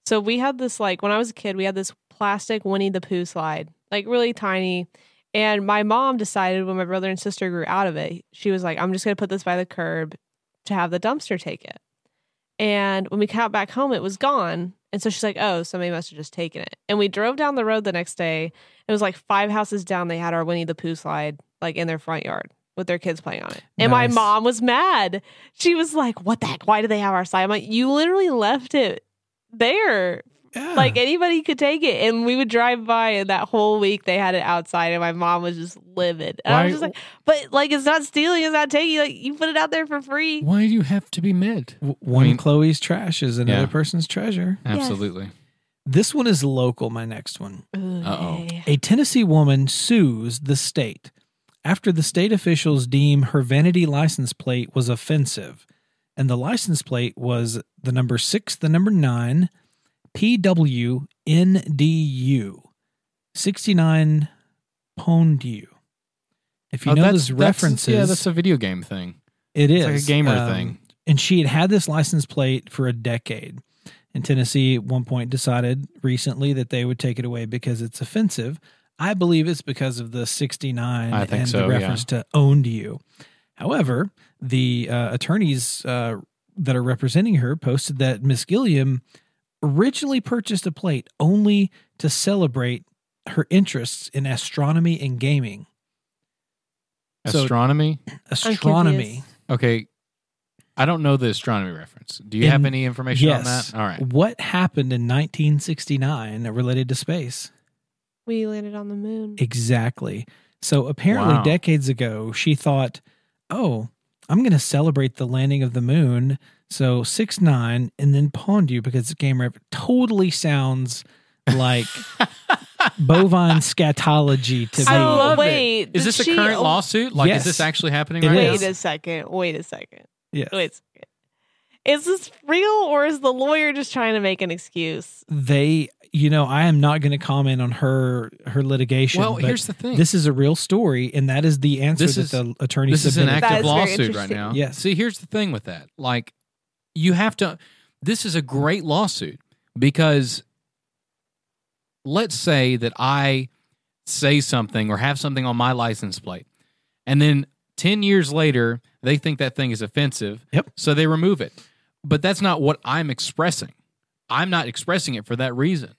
Speaker 3: So we had this like when I was a kid, we had this plastic Winnie the Pooh slide, like really tiny. And my mom decided when my brother and sister grew out of it, she was like, "I'm just gonna put this by the curb to have the dumpster take it." And when we got back home, it was gone. And so she's like, "Oh, somebody must have just taken it." And we drove down the road the next day. It was like five houses down. They had our Winnie the Pooh slide like in their front yard with their kids playing on it. And
Speaker 2: Nice.
Speaker 3: my mom was mad she was like, "What the heck? Why do they have our sign?" I'm like, "You literally left it there.
Speaker 2: Yeah.
Speaker 3: Like anybody could take it." And we would drive by, and that whole week they had it outside, and my mom was just livid. And I was
Speaker 1: Why-
Speaker 3: just like, "But like, it's not stealing. It's not taking. Like, you put it out there for free."
Speaker 1: Why do you have to be mid?
Speaker 2: W- one
Speaker 1: mean-
Speaker 2: Chloe's trash is another
Speaker 1: Yeah.
Speaker 2: person's treasure.
Speaker 3: Yes.
Speaker 1: Absolutely.
Speaker 2: This one is local. My next one.
Speaker 1: Uh-oh.
Speaker 2: A Tennessee woman sues the state after the state officials deem her vanity license plate was offensive. And the license plate was the number six, the number nine, PWNDU, 69 Pondu. If you
Speaker 1: Oh,
Speaker 2: know
Speaker 1: that's-
Speaker 2: those
Speaker 1: that's-
Speaker 2: references,
Speaker 1: yeah, that's a video game thing.
Speaker 2: it is
Speaker 1: It's like a gamer
Speaker 2: um,
Speaker 1: thing.
Speaker 2: and she had had this license plate for a decade. And Tennessee at one point decided recently that they would take it away because it's offensive. I believe it's because of the 69
Speaker 1: I think
Speaker 2: and
Speaker 1: so,
Speaker 2: the reference to owned you. However, the uh, attorneys uh, that are representing her posted that Miss Gilliam originally purchased a plate only to celebrate her interests in astronomy and gaming. so-
Speaker 1: Astronomy.
Speaker 2: Astronomy.
Speaker 1: Okay. I don't know the astronomy reference. Do you have
Speaker 2: In-
Speaker 1: any information
Speaker 2: yes.
Speaker 1: on that? All right.
Speaker 2: What happened in 1969 related to space?
Speaker 3: We landed on the moon.
Speaker 2: Exactly. So apparently,
Speaker 1: Wow.
Speaker 2: decades ago, she thought, "Oh, I'm going to celebrate the landing of the moon." So six nine, and then pawned you because the game rep totally sounds like bovine scatology to me.
Speaker 1: I love it.
Speaker 3: wait.
Speaker 1: Is
Speaker 3: did
Speaker 1: this a
Speaker 3: she- Oh,
Speaker 1: current lawsuit? Like,
Speaker 2: Yes.
Speaker 1: is this actually happening
Speaker 2: It
Speaker 1: right
Speaker 2: is.
Speaker 1: now?
Speaker 3: Wait a second. Wait a second.
Speaker 2: Yes.
Speaker 3: Wait. A second. Is this real or is the lawyer just trying to make an excuse?
Speaker 2: They, you know, I am not going to comment on her her litigation.
Speaker 1: Well,
Speaker 2: but
Speaker 1: here's the thing.
Speaker 2: this is a real story, and that is the answer
Speaker 1: This
Speaker 2: that
Speaker 1: is-
Speaker 2: the attorney.
Speaker 1: this is an
Speaker 2: submitted.
Speaker 3: That
Speaker 1: active
Speaker 3: is very
Speaker 1: lawsuit right
Speaker 3: interesting.
Speaker 1: now.
Speaker 2: Yes.
Speaker 1: See, here's the thing with that. Like, you have to. This is a great lawsuit because let's say that I say something or have something on my license plate, and then 10 years later, they think that thing is offensive.
Speaker 2: Yep.
Speaker 1: So they remove it. But that's not what I'm expressing. I'm not expressing it for that reason.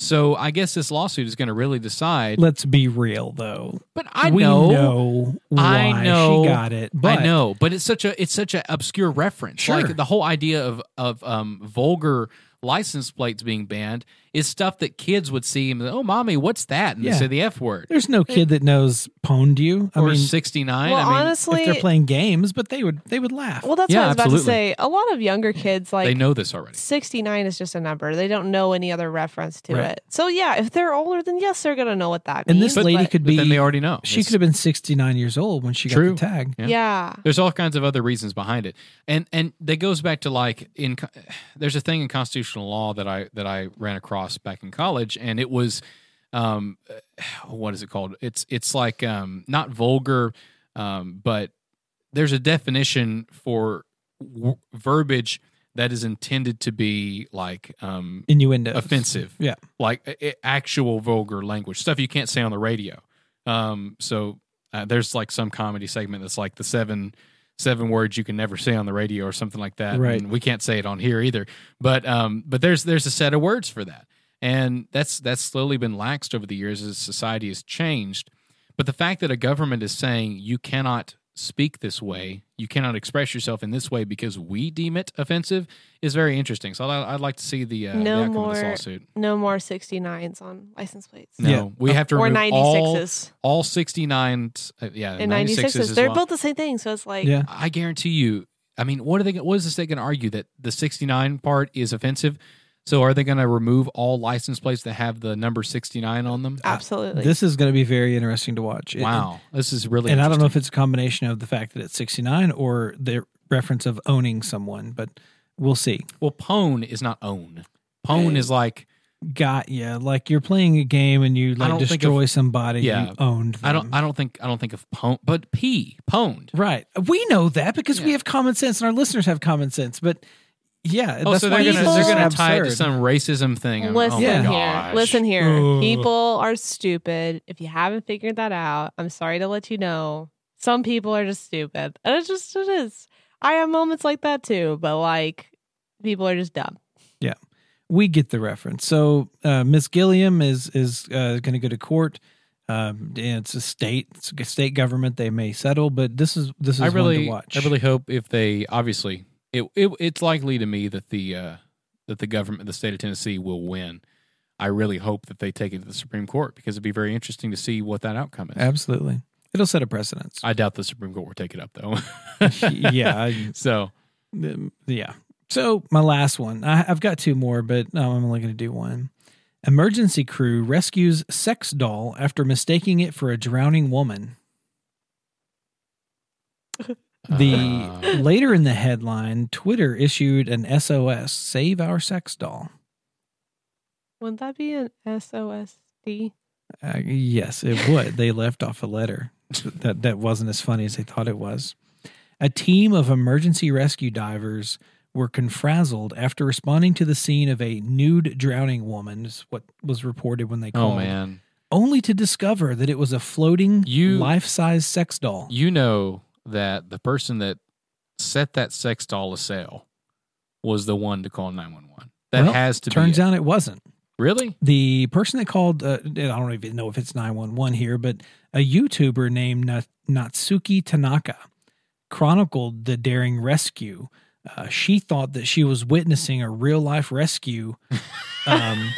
Speaker 1: So I guess this lawsuit is going to really decide.
Speaker 2: Let's be real, though.
Speaker 1: But I
Speaker 2: we
Speaker 1: know,
Speaker 2: why
Speaker 1: I know-
Speaker 2: she got it. But
Speaker 1: I know, but it's such a it's such an obscure reference.
Speaker 2: Sure.
Speaker 1: Like the whole idea of of um, vulgar license plates being banned is stuff that kids would see and be like, oh, mommy, what's that? And
Speaker 2: Yeah.
Speaker 1: they say the f word
Speaker 2: There's no kid that knows pwned you. I
Speaker 1: or
Speaker 2: mean,
Speaker 1: sixty nine.
Speaker 3: well,
Speaker 1: I mean,
Speaker 3: honestly,
Speaker 2: if they're playing games, but they would they would laugh.
Speaker 3: well, that's
Speaker 1: Yeah,
Speaker 3: what I was about
Speaker 1: absolutely.
Speaker 3: to say. A lot of younger kids like
Speaker 1: they know this already.
Speaker 3: 69 is just a number. They don't know any other reference to
Speaker 2: Right.
Speaker 3: it. So yeah, if they're older, then yes, they're gonna know what that
Speaker 2: and
Speaker 3: means.
Speaker 2: this lady
Speaker 3: but-
Speaker 2: could
Speaker 1: But then
Speaker 2: be
Speaker 1: they already know.
Speaker 2: she
Speaker 1: It's-
Speaker 2: could have been 69 years old when she
Speaker 1: True.
Speaker 2: got the tag.
Speaker 1: Yeah.
Speaker 3: yeah.
Speaker 1: There's all kinds of other reasons behind it, and and that goes back to like in co- there's a thing in constitutional law that I that I ran across back in college, and it was, um, what is it called? It's it's like um not vulgar, um, but there's a definition for w- verbiage that is intended to be like um
Speaker 2: Innuendo.
Speaker 1: offensive.
Speaker 2: Yeah.
Speaker 1: Like a- a- actual vulgar language, stuff you can't say on the radio. Um, so uh, there's like some comedy segment that's like the seven seven words you can never say on the radio or something like that.
Speaker 2: Right.
Speaker 1: And we can't say it on here either. But um, but there's there's a set of words for that. And that's that's slowly been laxed over the years as society has changed. But the fact that a government is saying you cannot speak this way, you cannot express yourself in this way because we deem it offensive is very interesting. So I'd, I'd like to see the, uh, the
Speaker 3: No
Speaker 1: outcome of this
Speaker 3: more-
Speaker 1: lawsuit.
Speaker 3: No more 69s on license plates.
Speaker 1: No,
Speaker 2: Yeah.
Speaker 1: we have to
Speaker 3: Or
Speaker 1: remove
Speaker 3: ninety
Speaker 1: all
Speaker 3: sixes.
Speaker 1: all sixty nine. Uh, yeah,
Speaker 3: And
Speaker 1: ninety
Speaker 3: ninety
Speaker 1: sixes.
Speaker 3: sixes. They're both the same thing. So it's like
Speaker 2: yeah.
Speaker 1: I guarantee you. I mean, what are they? What is this they going to argue that the sixty nine part is offensive? So are they going to remove all license plates that have the number 69 on them?
Speaker 3: Absolutely.
Speaker 2: This is going to be very interesting to watch. It-
Speaker 1: Wow. This is really
Speaker 2: and I don't know
Speaker 1: interesting.
Speaker 2: if it's a combination of the fact that it's 69 or the reference of owning someone, but we'll see.
Speaker 1: Well, pone is not own. Pone is like
Speaker 2: Got ya. Like you're playing a game and you like
Speaker 1: don't think
Speaker 2: destroy somebody
Speaker 1: Yeah.
Speaker 2: you owned. Them.
Speaker 1: I don't I don't think I don't think of pone but p pwned.
Speaker 2: Right. We know that because we
Speaker 1: Yeah.
Speaker 2: have common sense and our listeners have common sense. But yeah,
Speaker 1: Oh,
Speaker 2: that's
Speaker 1: so
Speaker 2: why
Speaker 1: they're
Speaker 2: this
Speaker 1: going to
Speaker 2: is
Speaker 1: they're
Speaker 2: just
Speaker 1: going to tie it to
Speaker 2: absurd.
Speaker 1: some racism thing. I'm-
Speaker 3: Listen
Speaker 1: oh my
Speaker 2: Yeah.
Speaker 1: gosh.
Speaker 3: here. Listen here.
Speaker 2: Ugh.
Speaker 3: People are stupid. If you haven't figured that out, I'm sorry to let you know. Some people are just stupid. And it's just it is. I have moments like that too, but like people are just dumb.
Speaker 2: we get the reference. So uh, Miss Gilliam is is uh, going to go to court. Um, and it's a state, it's a state government. They may settle, but this is this is
Speaker 1: I
Speaker 2: one
Speaker 1: really
Speaker 2: to watch.
Speaker 1: I really hope if they obviously it, it it's likely to me that the uh that the government the state of Tennessee will win. I really hope that they take it to the Supreme Court because it'd be very interesting to see what that outcome is.
Speaker 2: absolutely. It'll set a precedence.
Speaker 1: I doubt the Supreme Court will take it up though.
Speaker 2: yeah, I-
Speaker 1: So
Speaker 2: um, yeah. So my last one. I, I've got two more, but um, I'm only going to do one. Emergency crew rescues sex doll after mistaking it for a drowning woman. The
Speaker 1: uh,
Speaker 2: later in the headline, Twitter issued an SOS: "Save our sex doll."
Speaker 3: Wouldn't that be an SOSD?
Speaker 2: Uh, yes, it would. they left off a letter that that wasn't as funny as they thought it was. A team of emergency rescue divers were confrazzled after responding to the scene of a nude drowning woman, is what was reported when they called.
Speaker 1: oh man,
Speaker 2: Only to discover that it was a floating,
Speaker 1: You-
Speaker 2: life-size sex doll.
Speaker 1: you know that the person that set that sex doll to sale was the one to call nine one one. That
Speaker 2: Well,
Speaker 1: has to
Speaker 2: Turns
Speaker 1: be it.
Speaker 2: out it wasn't.
Speaker 1: really.
Speaker 2: The person that called, uh, I don't even know if it's 911 here, but a YouTuber named Na- Natsuki Tanaka chronicled the daring rescue. Uh, she thought that she was witnessing a real life rescue. Um,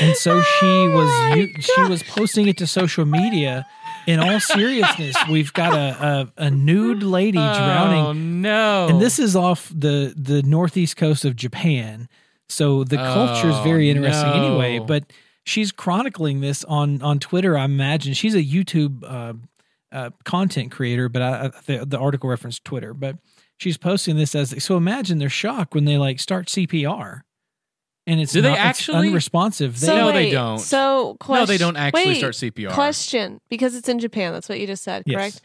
Speaker 2: and so she was u- she was posting it to social media. In all seriousness, we've got a, a, a nude lady drowning
Speaker 1: Oh no!
Speaker 2: and this is off the the northeast coast of Japan, so the culture is very
Speaker 1: Oh,
Speaker 2: interesting anyway.
Speaker 1: no.
Speaker 2: But she's chronicling this on on Twitter. I imagine she's a YouTube uh, uh, content creator, but I, I- the, the article referenced Twitter. But she's posting this as so. Imagine their shock when they like start CPR, and it's
Speaker 1: Do they
Speaker 2: not- it's
Speaker 1: actually-
Speaker 2: unresponsive. They,
Speaker 1: So- No, they don't.
Speaker 3: So question,
Speaker 1: no, they don't actually
Speaker 3: wait,
Speaker 1: start CPR.
Speaker 3: Question, because it's in Japan. That's what you just said,
Speaker 2: Yes.
Speaker 3: correct?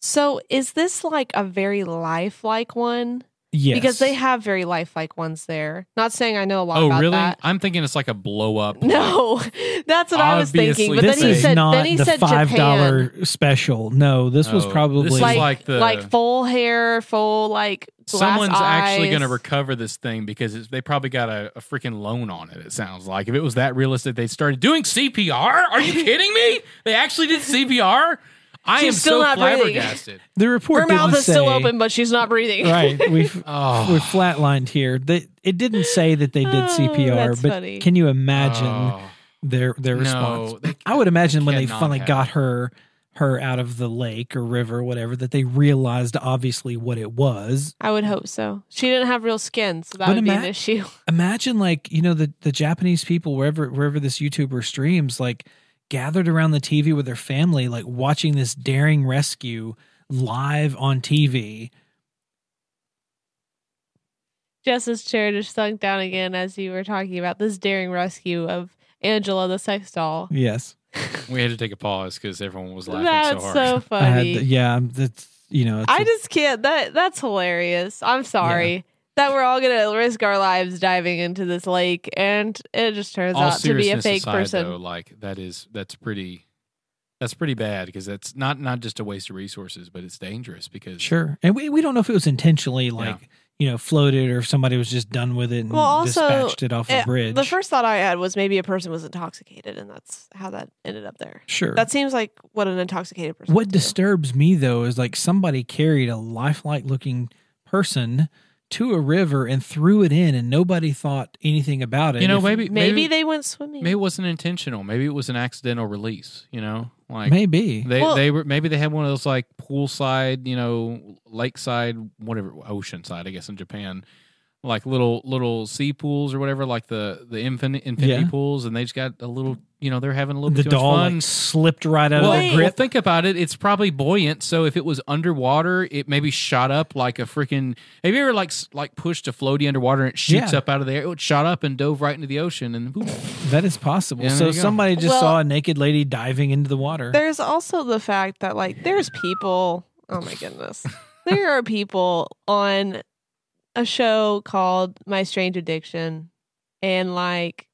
Speaker 3: So is this like a very lifelike one?
Speaker 2: yes,
Speaker 3: Because they have very lifelike ones there. Not saying I know a lot
Speaker 1: oh
Speaker 3: about
Speaker 1: really?
Speaker 3: that.
Speaker 1: I'm thinking it's like a blow up.
Speaker 3: No, that's what I was thinking.
Speaker 1: Obviously,
Speaker 3: But
Speaker 2: this
Speaker 3: then he
Speaker 2: is
Speaker 3: said,
Speaker 2: not
Speaker 3: then he
Speaker 2: the
Speaker 3: said
Speaker 2: five
Speaker 3: Japan,
Speaker 2: dollar special. No, this was
Speaker 1: Oh,
Speaker 2: probably
Speaker 1: this is
Speaker 3: like,
Speaker 1: like the-
Speaker 3: like full hair, full like glass
Speaker 1: Someone's actually
Speaker 3: eyes.
Speaker 1: going to recover this thing because it's, they probably got a, a freaking loan on it. It sounds like if it was that realistic, they started doing CPR. Are you kidding me? They actually did CPR. I am
Speaker 3: She's still
Speaker 1: so
Speaker 3: not breathing.
Speaker 1: flabbergasted.
Speaker 2: the report.
Speaker 3: Her mouth
Speaker 2: didn't
Speaker 3: is still
Speaker 2: say-
Speaker 3: open, but she's not breathing.
Speaker 2: right we've
Speaker 1: Oh.
Speaker 2: we're flatlined here they, it didn't say that they did
Speaker 3: Oh,
Speaker 2: cpr
Speaker 3: that's
Speaker 2: but
Speaker 3: funny.
Speaker 2: can you imagine
Speaker 1: Oh.
Speaker 2: their their
Speaker 1: No,
Speaker 2: response
Speaker 1: they-
Speaker 2: i would imagine when they
Speaker 1: cannot
Speaker 2: finally
Speaker 1: have
Speaker 2: got her her out of the lake or river whatever that they realized obviously what it was
Speaker 3: I would hope so. She didn't have real skin, so that
Speaker 2: But
Speaker 3: would be an
Speaker 2: ima-
Speaker 3: issue.
Speaker 2: imagine like you know the the japanese people wherever wherever this youtuber streams like gathered around the tv with their family like watching this daring rescue live on tv
Speaker 3: Jess's chair just sunk down again as you were talking about this daring rescue of Angela the sex doll.
Speaker 2: yes
Speaker 1: We had to take a pause because everyone was laughing
Speaker 3: That's
Speaker 1: so
Speaker 3: so,
Speaker 1: hard.
Speaker 2: I had
Speaker 3: funny.
Speaker 2: the- yeah that's you know it's
Speaker 3: I just can't. That that's hilarious. I'm sorry that we're all gonna risk our lives diving into this lake, and it just turns
Speaker 1: All
Speaker 3: out to be a
Speaker 1: seriousness
Speaker 3: fake
Speaker 1: aside,
Speaker 3: person.
Speaker 1: though, like that is that's pretty that's pretty bad because that's not not just a waste of resources, but it's dangerous because
Speaker 2: Sure. And we, we don't know if it was intentionally like, you know, floated or if somebody was just done with it and
Speaker 3: Well, also,
Speaker 2: dispatched it off a
Speaker 3: it-
Speaker 2: bridge.
Speaker 3: The first thought I had was maybe a person was intoxicated, and that's how that ended up there.
Speaker 2: sure.
Speaker 3: That seems like what an intoxicated person.
Speaker 2: what
Speaker 3: would do.
Speaker 2: disturbs me though is like somebody carried a lifelike looking person to a river and threw it in and nobody thought anything about it.
Speaker 1: you know
Speaker 2: If-
Speaker 1: maybe
Speaker 3: Maybe they went swimming.
Speaker 1: maybe it wasn't intentional. Maybe it was an accidental release. You know, like
Speaker 2: maybe.
Speaker 1: they
Speaker 3: Well-
Speaker 1: they were maybe they had one of those like poolside, you know, lakeside, whatever, oceanside, I guess in Japan, like little little sea pools or whatever, like the the infinite infinity
Speaker 2: Yeah.
Speaker 1: pools, and they just got a little. You know, they're having a little
Speaker 2: The
Speaker 1: bit too much
Speaker 2: doll
Speaker 1: fun.
Speaker 2: like slipped right out
Speaker 1: well,
Speaker 2: of the
Speaker 1: well,
Speaker 2: grip.
Speaker 1: think about it. It's probably buoyant. So if it was underwater, it maybe shot up like a freaking. Have you ever like s- like pushed a floaty underwater and it shoots
Speaker 2: Yeah.
Speaker 1: up out of the air? It shot up and dove right into the ocean and boom.
Speaker 2: That is possible.
Speaker 1: Yeah, there
Speaker 2: so
Speaker 1: you go.
Speaker 2: somebody just
Speaker 3: Well-
Speaker 2: saw a naked lady diving into the water.
Speaker 3: There's also the fact that like there's people. Oh my goodness, there are people on a show called My Strange Addiction, and like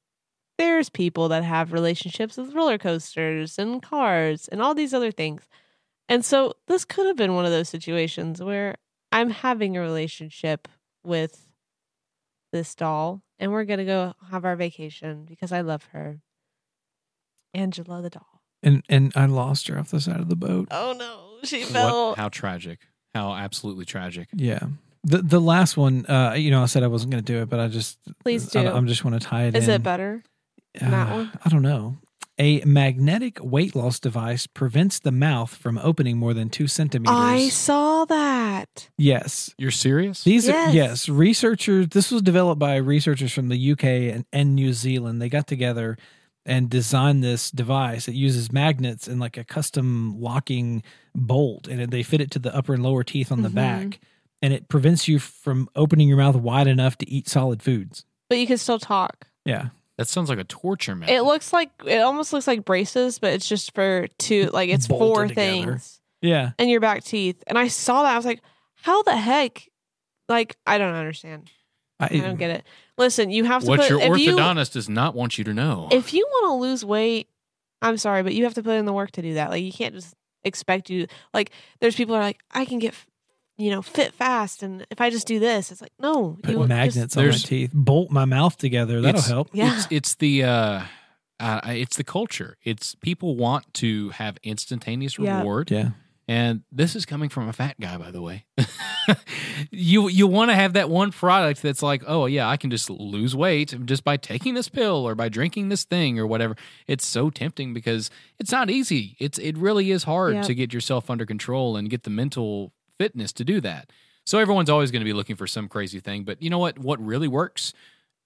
Speaker 3: there's people that have relationships with roller coasters and cars and all these other things. And so this could have been one of those situations where I'm having a relationship with this doll and we're going to go have our vacation because I love her. Angela the doll.
Speaker 2: And and I lost her off the side of the boat.
Speaker 3: Oh no, she
Speaker 1: What,
Speaker 3: fell.
Speaker 1: how tragic! How absolutely tragic!
Speaker 2: Yeah. The the last one, uh, you know, I said I wasn't going to do it, but I just
Speaker 3: Please do.
Speaker 2: I, I'm just want to tie it
Speaker 3: Is
Speaker 2: in. Uh,
Speaker 3: it better? than that one?
Speaker 2: I don't know. A magnetic weight loss device prevents the mouth from opening more than two centimeters.
Speaker 3: I saw that.
Speaker 2: yes.
Speaker 1: You're serious?
Speaker 2: These
Speaker 3: Yes.
Speaker 2: Are, yes, researchers. This was developed by researchers from the UK and, and New Zealand. They got together and designed this device. It uses magnets and like a custom locking bolt, and they fit it to the upper and lower teeth on the
Speaker 3: Mhm.
Speaker 2: back, and it prevents you from opening your mouth wide enough to eat solid foods.
Speaker 3: But you can still talk.
Speaker 2: Yeah,
Speaker 1: that sounds like a torture method.
Speaker 3: It looks like it almost looks like braces, but it's just for two like it's
Speaker 2: Bolted
Speaker 3: four
Speaker 2: together.
Speaker 3: things
Speaker 2: yeah.
Speaker 3: and your back teeth. And I saw that. I was like, how the heck? Like, I don't understand. I don't get it. Listen, you have to
Speaker 1: what
Speaker 3: put
Speaker 1: your
Speaker 3: if you
Speaker 1: orthodontist does not want you to know.
Speaker 3: if you want to lose weight, I'm sorry, but you have to put in the work to do that. Like you can't just expect you like there's people who are like I can get you know fit fast and if I just do this, it's like no,
Speaker 2: Put
Speaker 3: you just-
Speaker 2: magnets on my
Speaker 1: There's-
Speaker 2: teeth. Bolt my mouth together. That'll
Speaker 1: It's-
Speaker 2: help.
Speaker 3: yeah.
Speaker 1: it's, it's the uh, uh, it's the culture. It's people want to have instantaneous
Speaker 3: Yeah.
Speaker 1: reward.
Speaker 2: Yeah.
Speaker 1: And this is coming from a fat guy, by the way. you you want to have that one product that's like, oh yeah, I can just lose weight just by taking this pill or by drinking this thing or whatever. It's so tempting because it's not easy. It's it really is hard
Speaker 3: Yep.
Speaker 1: to get yourself under control and get the mental fitness to do that. So everyone's always going to be looking for some crazy thing, but you know what? What really works,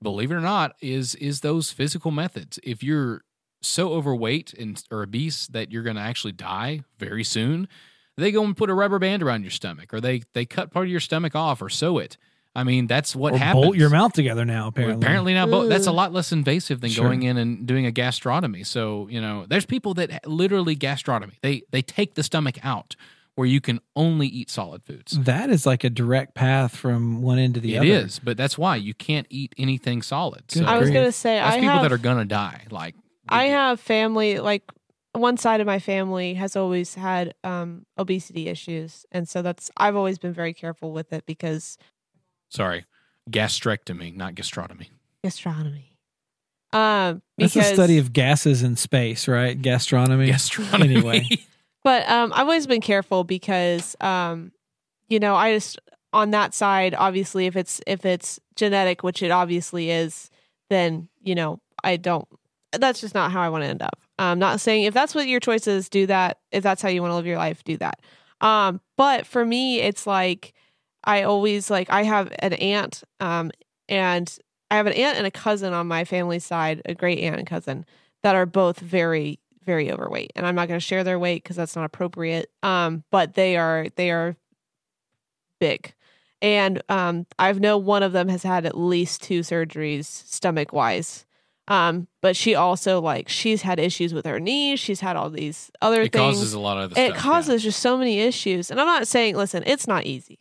Speaker 1: believe it or not, is is those physical methods. If you're so overweight and or obese that you're going to actually die very soon, they go and put a rubber band around your stomach, or they they cut part of your stomach off, or sew it. I mean, that's what
Speaker 2: or
Speaker 1: happens.
Speaker 2: bolt your mouth together now.
Speaker 1: Well,
Speaker 2: Apparently,
Speaker 1: Apparently now, bo-
Speaker 3: Ugh.
Speaker 1: that's a lot less invasive than
Speaker 2: Sure.
Speaker 1: going in and doing a gastrotomy. So you know, there's people that ha- literally gastrotomy. They they take the stomach out where you can only eat solid foods.
Speaker 2: that is like a direct path from one end to
Speaker 1: It
Speaker 2: Mm, the
Speaker 1: is,
Speaker 2: other.
Speaker 1: but that's why you can't eat anything solid.
Speaker 2: Good
Speaker 1: So
Speaker 3: I was
Speaker 2: grief.
Speaker 3: gonna say
Speaker 1: that's
Speaker 3: I
Speaker 1: people
Speaker 3: have
Speaker 1: that are gonna die. Like
Speaker 3: I have family like one side of my family has always had um obesity issues, and so that's I've always been very careful with it because
Speaker 1: sorry, gastrectomy, not gastrotomy.
Speaker 3: gastronomy. Um,
Speaker 2: That's
Speaker 3: because
Speaker 2: the study of gases in space, right? Gastronomy.
Speaker 1: Gastrotomy.
Speaker 2: Anyway.
Speaker 3: But um, I've always been careful because, um, you know, I just on that side, obviously, if it's if it's genetic, which it obviously is, then you know, I don't. That's just not how I want to end up. I'm not saying if that's what your choice is, do that. If that's how you want to live your life, do that. Um, but for me, it's like I always like I have an aunt, um, and I have an aunt and a cousin on my family side, a great aunt and cousin that are both very very overweight and i'm not going to share their weight because that's not appropriate um but they are they are big and um i've know one of them has had at least two surgeries stomach wise um but she also like she's had issues with her knees she's had all these other
Speaker 1: It
Speaker 3: things
Speaker 1: causes a lot of. Other
Speaker 3: it
Speaker 1: stuff, yeah.
Speaker 3: causes just so many issues and i'm not saying listen it's not easy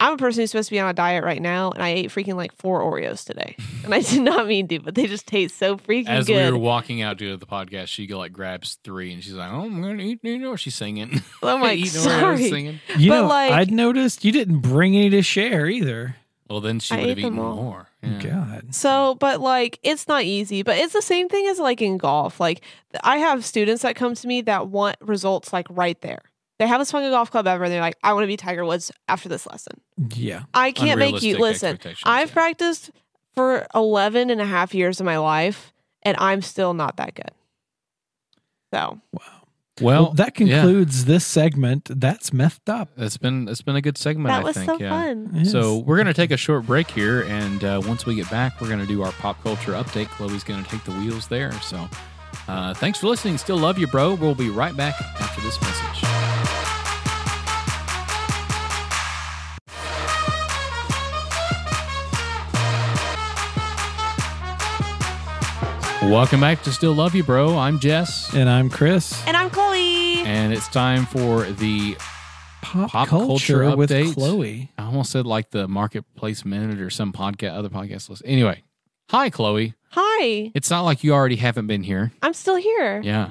Speaker 3: i'm a person who's supposed to be on a diet right now and i ate freaking like four oreos today and i did not mean to but they just taste so freaking
Speaker 1: As
Speaker 3: good
Speaker 1: we were walking out to the podcast, she like grabs three and she's like, "Oh, I'm gonna eat." You know, she's singing.
Speaker 3: I'm like,
Speaker 1: Eating Oreos,
Speaker 3: Oh sorry.
Speaker 1: singing.
Speaker 2: You
Speaker 3: But,
Speaker 2: know,
Speaker 3: like-
Speaker 2: I'd noticed you didn't bring any to share either.
Speaker 1: Well, then she
Speaker 3: I
Speaker 1: would have
Speaker 3: ate them
Speaker 1: eaten
Speaker 3: all.
Speaker 1: more. Yeah.
Speaker 2: God.
Speaker 3: So, but like, it's not easy, but it's the same thing as like in golf. Like, th- I have students that come to me that want results like right there. They haven't swung a golf club ever. And they're like, I want to be Tiger Woods after this lesson.
Speaker 2: Yeah.
Speaker 3: I can't make you
Speaker 1: Unrealistic
Speaker 3: listen.
Speaker 1: expectations,
Speaker 3: I've
Speaker 1: yeah.
Speaker 3: practiced for 11 and a half years of my life, and I'm still not that good. So,
Speaker 2: Wow.
Speaker 1: Well,
Speaker 2: that
Speaker 1: yeah.
Speaker 2: concludes this segment. That's methed up.
Speaker 1: It's been it's been a good segment.
Speaker 3: that
Speaker 1: I
Speaker 3: was
Speaker 1: think.
Speaker 3: so
Speaker 1: yeah.
Speaker 3: fun.
Speaker 2: Yes.
Speaker 1: So we're gonna take a short break here, and uh, once we get back, we're gonna do our pop culture update. Chloe's gonna take the wheels there. So, uh, thanks for listening. Still love you, bro. We'll be right back after this message. Welcome back to Still Love You, Bro. I'm Jess,
Speaker 2: and I'm Chris.
Speaker 3: And I'm Chloe.
Speaker 1: and it's time for the
Speaker 2: Pop,
Speaker 1: Pop
Speaker 2: culture,
Speaker 1: culture
Speaker 2: with
Speaker 1: update.
Speaker 2: Chloe.
Speaker 1: I almost said like the marketplace minute or some podcast, other podcast list. Anyway, hi Chloe.
Speaker 3: Hi.
Speaker 1: It's not like you already haven't been here.
Speaker 3: I'm still here.
Speaker 1: Yeah,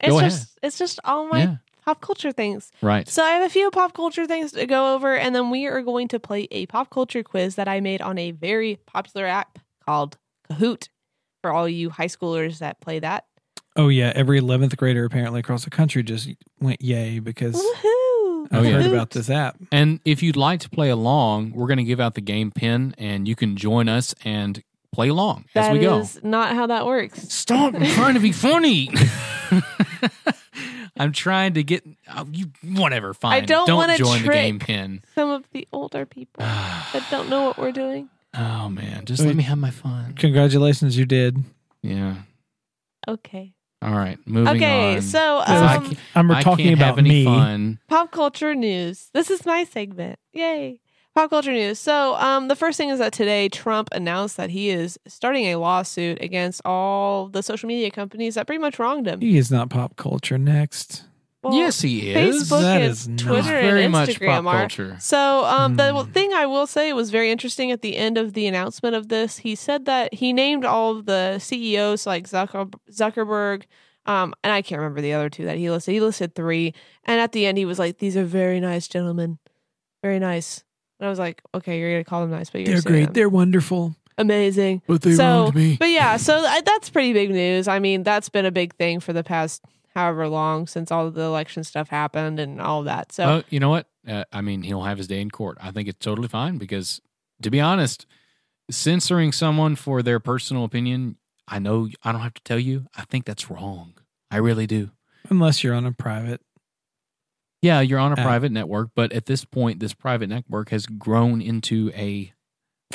Speaker 3: it's
Speaker 1: go ahead.
Speaker 3: just it's just all my
Speaker 1: yeah,
Speaker 3: pop culture things.
Speaker 1: right.
Speaker 3: So I have a few pop culture things to go over, and then we are going to play a pop culture quiz that I made on a very popular app called Kahoot for all you high schoolers that play that.
Speaker 2: Oh yeah, every eleventh grader apparently across the country just went yay because
Speaker 3: Woohoo!
Speaker 2: I've
Speaker 1: yeah.
Speaker 2: heard
Speaker 3: Kahoot.
Speaker 2: about this app.
Speaker 1: And if you'd like to play along, we're going to give out the game pin, and you can join us and play along as
Speaker 3: That
Speaker 1: we go.
Speaker 3: is not how that works.
Speaker 1: Stop! I'm trying to be funny. I'm trying to get oh, you. Whatever, fine.
Speaker 3: don't wanna
Speaker 1: join the
Speaker 3: trick.
Speaker 1: game pin.
Speaker 3: Some of the older people that don't know what we're doing.
Speaker 1: Oh man, just
Speaker 2: I
Speaker 1: let
Speaker 2: mean-
Speaker 1: me have my fun.
Speaker 2: Congratulations, you did.
Speaker 1: Yeah.
Speaker 3: Okay.
Speaker 1: All right. Moving
Speaker 3: okay,
Speaker 1: on.
Speaker 3: so
Speaker 2: So
Speaker 1: I
Speaker 3: um,
Speaker 1: can't-
Speaker 2: And we're
Speaker 1: I
Speaker 2: talking
Speaker 1: can't
Speaker 2: about
Speaker 1: have any
Speaker 2: me.
Speaker 1: fun.
Speaker 3: pop culture news. This is my segment. Yay. Pop culture news. So, um, the first thing is that today Trump announced that he is starting a lawsuit against all the social media companies that pretty much wronged him.
Speaker 2: He is not pop culture. Next,
Speaker 3: Well,
Speaker 1: yes, he is.
Speaker 3: Facebook
Speaker 2: That
Speaker 3: and
Speaker 2: is not-
Speaker 1: He's
Speaker 3: Twitter
Speaker 1: very
Speaker 3: and
Speaker 1: much
Speaker 3: Instagram
Speaker 1: pop
Speaker 3: are.
Speaker 1: culture.
Speaker 3: So, um, the
Speaker 2: Hmm.
Speaker 3: thing I will say was very interesting at the end of the announcement of this. He said that he named all of the CEOs like Zucker- Zuckerberg, um, and I can't remember the other two that he listed. He listed three, and at the end he was like, "These are very nice gentlemen, very nice." And I was like, "Okay, you're gonna call them nice, but you're
Speaker 2: they're
Speaker 3: saying
Speaker 2: great.
Speaker 3: them.
Speaker 2: They're wonderful.
Speaker 3: amazing."
Speaker 1: But
Speaker 3: they So, wronged But yeah, so th- that's pretty big news. I mean, that's been a big thing for the past however long since all of the election stuff happened and all of that.
Speaker 2: Oh,
Speaker 3: So
Speaker 1: you know what? Uh, I mean, he'll have his day in court. I think it's totally fine because, to be honest, censoring someone for their personal opinion, I know I don't have to tell you. I think that's wrong. I really do.
Speaker 2: Unless you're on a private.
Speaker 1: Yeah, you're on a
Speaker 2: Uh,
Speaker 1: private network, but at this point, this private network has grown into a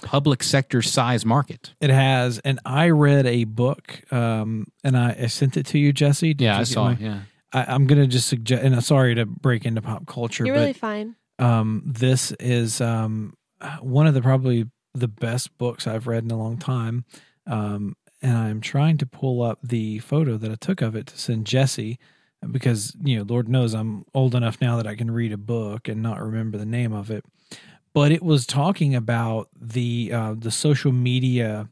Speaker 1: public sector size market.
Speaker 2: It has, and I read a book, um, and I, I sent it to you, Jesse. Did
Speaker 1: Yeah,
Speaker 2: you
Speaker 1: I
Speaker 2: get
Speaker 1: saw.
Speaker 2: my-
Speaker 1: it. Yeah.
Speaker 2: I, I'm gonna just suggest, and I'm sorry to break into pop culture,
Speaker 3: you're
Speaker 2: but
Speaker 3: really fine.
Speaker 2: um, this is um, one of the probably the best books I've read in a long time. Um, and I'm trying to pull up the photo that I took of it to send Jesse because, you know, Lord knows I'm old enough now that I can read a book and not remember the name of it. But it was talking about the uh, the social media